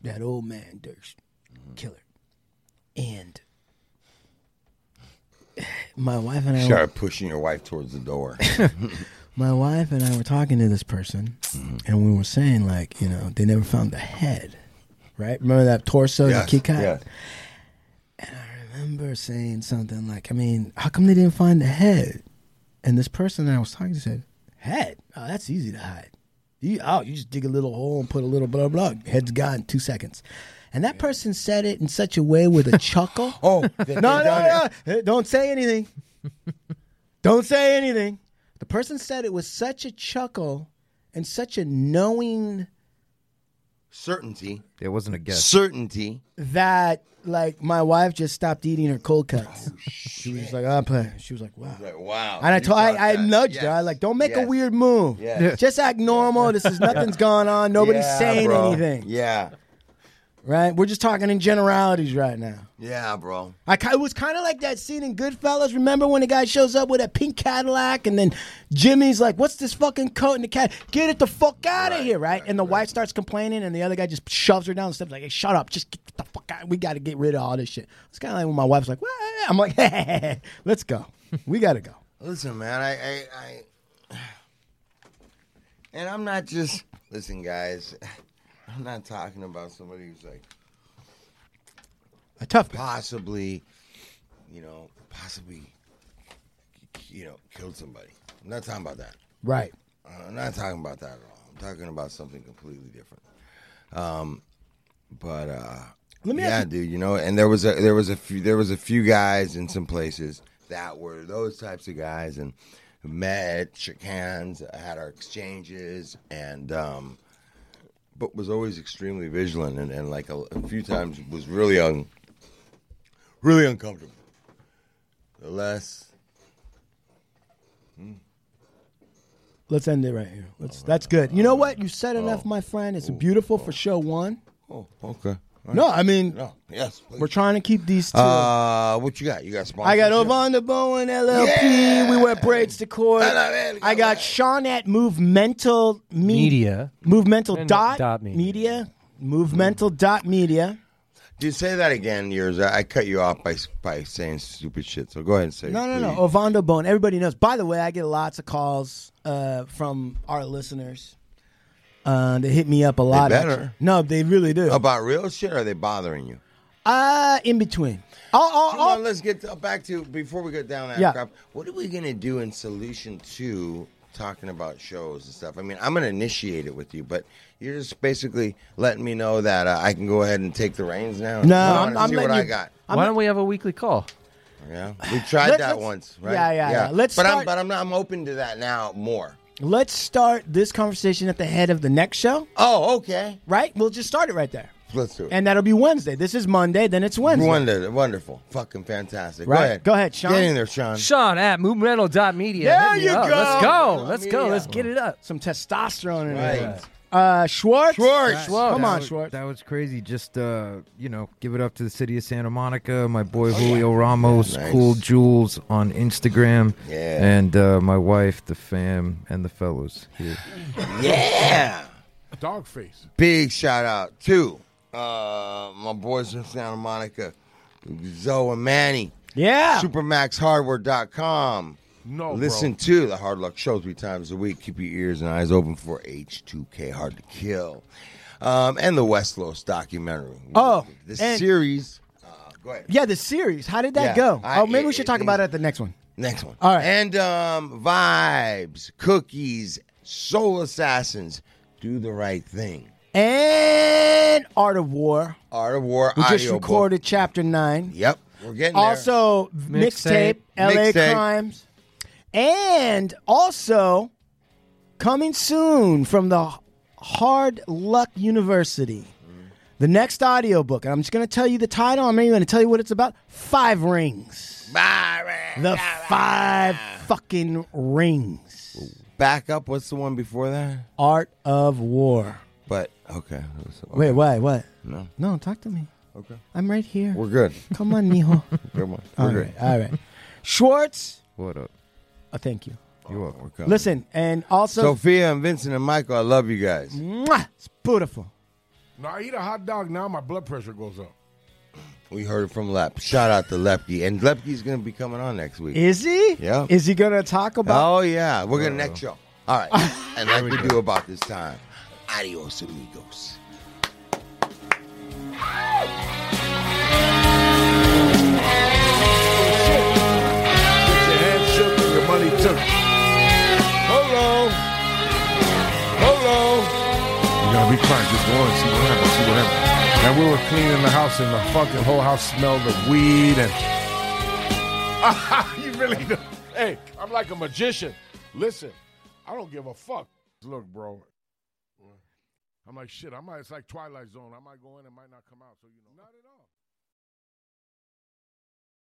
[SPEAKER 1] That old man, Durst, killer, and. My wife and I were-
[SPEAKER 3] start pushing your wife towards the door.
[SPEAKER 1] my wife and I were talking to this person,
[SPEAKER 3] Mm-hmm.
[SPEAKER 1] and we were saying like, you know, they never found the head, right? Remember that torso,
[SPEAKER 3] Yes,
[SPEAKER 1] the Kit Kat?
[SPEAKER 3] yes.
[SPEAKER 1] And I remember saying something like, I mean, how come they didn't find the head? And this person that I was talking to said, head? Oh, that's easy to hide. You, oh, you just dig a little hole and put a little blah blah. Head's gone in two seconds. And that person said it in such a way with a chuckle.
[SPEAKER 3] oh, that they
[SPEAKER 1] no, no,
[SPEAKER 3] done
[SPEAKER 1] no. Hey, Don't say anything. Don't say anything. The person said it with such a chuckle and such a knowing
[SPEAKER 3] Certainty,
[SPEAKER 7] It wasn't a guess.
[SPEAKER 3] certainty.
[SPEAKER 1] that like my wife just stopped eating her cold cuts. she was just like, I'm playing. She was like, wow.
[SPEAKER 3] wow.
[SPEAKER 1] And I
[SPEAKER 3] Oh, You
[SPEAKER 1] told,
[SPEAKER 3] thought
[SPEAKER 1] I, I
[SPEAKER 3] that.
[SPEAKER 1] nudged her.
[SPEAKER 3] Yes.
[SPEAKER 1] I like, don't make a
[SPEAKER 3] Yes.
[SPEAKER 1] weird move.
[SPEAKER 3] Yes. Yeah.
[SPEAKER 1] Just act normal. This is nothing's going on. Nobody's
[SPEAKER 3] Yeah,
[SPEAKER 1] saying
[SPEAKER 3] bro.
[SPEAKER 1] anything.
[SPEAKER 3] Yeah.
[SPEAKER 1] Right? We're just talking in generalities right now.
[SPEAKER 3] Yeah, bro.
[SPEAKER 1] I, ki- it was kind of like that scene in Goodfellas. Remember when the guy shows up with a pink Cadillac, and then Jimmy's like, "What's this fucking coat?" And the cat, "Get it the fuck out of here!" Right? and the wife starts complaining, and the other guy just shoves her down the steps, like, "Hey, shut up! Just get the fuck out! We got to get rid of all this shit." It's kind of like when my wife's like, "What?" I'm like, "Let's go. We got to go."
[SPEAKER 3] Listen, man, I, I, I, and I'm not just listen, guys. I'm not talking about somebody who's like
[SPEAKER 1] a tough,
[SPEAKER 3] possibly, you know, possibly, you know, killed somebody. I'm not talking about that.
[SPEAKER 1] Right.
[SPEAKER 3] I'm not talking about that at all. I'm talking about something completely different. Um, but uh,
[SPEAKER 1] Let me
[SPEAKER 3] yeah,
[SPEAKER 1] ask
[SPEAKER 3] dude, you know, and there was a there was a few there was a few guys in some places that were those types of guys and met, shook hands, had our exchanges, and um, but was always extremely vigilant and, and like a, a few times was really un, really uncomfortable. The less
[SPEAKER 1] Let's end it right here. Let's, that's good. You know what? You said enough, my friend. It's beautiful for show one.
[SPEAKER 3] Oh, okay.
[SPEAKER 1] No, I mean,
[SPEAKER 3] No, yes.
[SPEAKER 1] we're trying to keep these two.
[SPEAKER 3] Uh, what you got? You got sponsors?
[SPEAKER 1] I got Ovanda Bowen LLP. We wear braids to court. I got Sean at Movemental Me-
[SPEAKER 10] Media.
[SPEAKER 1] Movemental
[SPEAKER 10] And
[SPEAKER 1] dot,
[SPEAKER 10] dot
[SPEAKER 1] media.
[SPEAKER 10] media.
[SPEAKER 1] Movemental dot media.
[SPEAKER 3] Dude, say that again, yours. I I cut you off by by saying stupid shit. So go ahead and say.
[SPEAKER 1] No,
[SPEAKER 3] it,
[SPEAKER 1] no, no.
[SPEAKER 3] please.
[SPEAKER 1] Ovando Bowen. Everybody knows. By the way, I get lots of calls uh, from our listeners. Uh, they hit me up a lot.
[SPEAKER 3] better.
[SPEAKER 1] actually. No, they really do.
[SPEAKER 3] About real shit, or are they bothering you?
[SPEAKER 1] Uh, in between. Oh, oh,
[SPEAKER 3] Come on, let's get to- back to before we get down that
[SPEAKER 1] Yeah.
[SPEAKER 3] crap. What are we gonna do in solution two? Talking about shows and stuff. I mean, I'm gonna initiate it with you, but you're just basically letting me know that uh, I can go ahead and take the reins now.
[SPEAKER 1] No,
[SPEAKER 3] I
[SPEAKER 1] I'm-
[SPEAKER 3] wanna
[SPEAKER 1] I'm
[SPEAKER 3] see
[SPEAKER 1] letting
[SPEAKER 3] what I
[SPEAKER 1] you-
[SPEAKER 3] got.
[SPEAKER 1] I'm
[SPEAKER 10] Why don't we have a weekly call?
[SPEAKER 3] Yeah, we tried
[SPEAKER 1] Let-
[SPEAKER 3] that
[SPEAKER 1] let's-
[SPEAKER 3] once, right?
[SPEAKER 1] yeah, yeah, yeah. Let's
[SPEAKER 3] but I'm
[SPEAKER 1] start-
[SPEAKER 3] but I'm, I'm open to that now more.
[SPEAKER 1] Let's start this conversation at the head of the next show.
[SPEAKER 3] Oh, okay.
[SPEAKER 1] Right? We'll just start it right there.
[SPEAKER 3] Let's do it.
[SPEAKER 1] And that'll be Wednesday. This is Monday, then it's Wednesday.
[SPEAKER 3] Wonder, wonderful, fucking fantastic.
[SPEAKER 1] Right.
[SPEAKER 3] Go ahead,
[SPEAKER 1] Go ahead, Sean.
[SPEAKER 3] Get in there, Sean.
[SPEAKER 10] Sean at movemental.media.
[SPEAKER 1] There
[SPEAKER 10] Hit me
[SPEAKER 1] you
[SPEAKER 10] up.
[SPEAKER 1] go.
[SPEAKER 10] Let's go.
[SPEAKER 1] Movemental
[SPEAKER 10] Let's go. Let's
[SPEAKER 1] media.
[SPEAKER 10] get it up.
[SPEAKER 1] Some testosterone in
[SPEAKER 3] Right.
[SPEAKER 1] there. Uh, Schwartz?
[SPEAKER 3] Schwartz.
[SPEAKER 10] Schwartz.
[SPEAKER 1] Come
[SPEAKER 7] That
[SPEAKER 1] on,
[SPEAKER 7] was-
[SPEAKER 1] Schwartz.
[SPEAKER 7] That was crazy. Just uh, you know, give it up to the city of Santa Monica. My boy Julio Ramos,
[SPEAKER 3] Oh, Yeah, nice.
[SPEAKER 7] Cool Jules on Instagram.
[SPEAKER 3] Yeah.
[SPEAKER 7] And uh, my wife, the fam, and the fellows here.
[SPEAKER 3] Yeah.
[SPEAKER 12] Dog face.
[SPEAKER 3] Big shout out to uh, my boys from Santa Monica, Zoe and Manny,
[SPEAKER 1] Yeah.
[SPEAKER 3] supermaxhardware.com.
[SPEAKER 12] No,
[SPEAKER 3] Listen to the Hard Luck Show three times a week. Keep your ears and eyes open for H2K Hard to Kill um, and the Westlos documentary.
[SPEAKER 1] Oh,
[SPEAKER 3] the
[SPEAKER 1] and-
[SPEAKER 3] series. Uh, go ahead.
[SPEAKER 1] Yeah, the series. How did that
[SPEAKER 3] Yeah,
[SPEAKER 1] go?
[SPEAKER 3] I-
[SPEAKER 1] oh, maybe we
[SPEAKER 3] it-
[SPEAKER 1] should talk
[SPEAKER 3] it-
[SPEAKER 1] about it at the next one.
[SPEAKER 3] Next one.
[SPEAKER 1] All right.
[SPEAKER 3] And um, vibes, cookies, soul assassins, do the right thing.
[SPEAKER 1] And Art of War.
[SPEAKER 3] Art of War
[SPEAKER 1] We just
[SPEAKER 3] audiobook.
[SPEAKER 1] recorded chapter nine.
[SPEAKER 3] Yep, we're getting there.
[SPEAKER 1] Also, mixtape,
[SPEAKER 7] Mixtape.
[SPEAKER 1] LA
[SPEAKER 3] Mixtape.
[SPEAKER 1] Crimes. And also, coming soon from the Hard Luck University, the next audiobook. And I'm just going to tell you the title. I'm not even going to tell you what it's about. Five Rings.
[SPEAKER 3] Byron.
[SPEAKER 1] The Five Fucking Rings.
[SPEAKER 3] back up. What's the one before that?
[SPEAKER 1] Art of War.
[SPEAKER 3] But okay, So-
[SPEAKER 1] Wait, why? What?
[SPEAKER 3] No.
[SPEAKER 1] No, talk to me.
[SPEAKER 3] Okay.
[SPEAKER 1] I'm right here.
[SPEAKER 3] we're good.
[SPEAKER 1] Come on, mijo.
[SPEAKER 3] Good one. We're
[SPEAKER 1] all
[SPEAKER 3] good.
[SPEAKER 1] right, all right. Schwartz.
[SPEAKER 7] What up?
[SPEAKER 1] Oh, thank you.
[SPEAKER 7] You up?
[SPEAKER 3] We're good.
[SPEAKER 1] Listen, and also,
[SPEAKER 3] Sophia and Vincent and Michael, I love you guys.
[SPEAKER 1] mwah, it's beautiful.
[SPEAKER 12] No, I eat a hot dog now. My blood pressure goes up.
[SPEAKER 3] We heard it from Lep. Shout out to Lepke, and Lepke's gonna be coming on next week.
[SPEAKER 1] Is he?
[SPEAKER 3] Yeah.
[SPEAKER 1] Is he gonna talk about?
[SPEAKER 3] Oh yeah, we're gonna next show. All right, and like we do about this time. Adios, amigos.
[SPEAKER 12] Get your hands shook and your money took. Hello. Hello. You gotta be quiet. Just go and see what happens. See what happens. And we were cleaning the house, and the fucking whole house smelled of weed. And you really do. Hey, I'm like a magician. Listen, I don't give a fuck. Look, bro. I'm like shit. I might. It's like Twilight Zone. I might go in and might not come out. So you know. Not at all.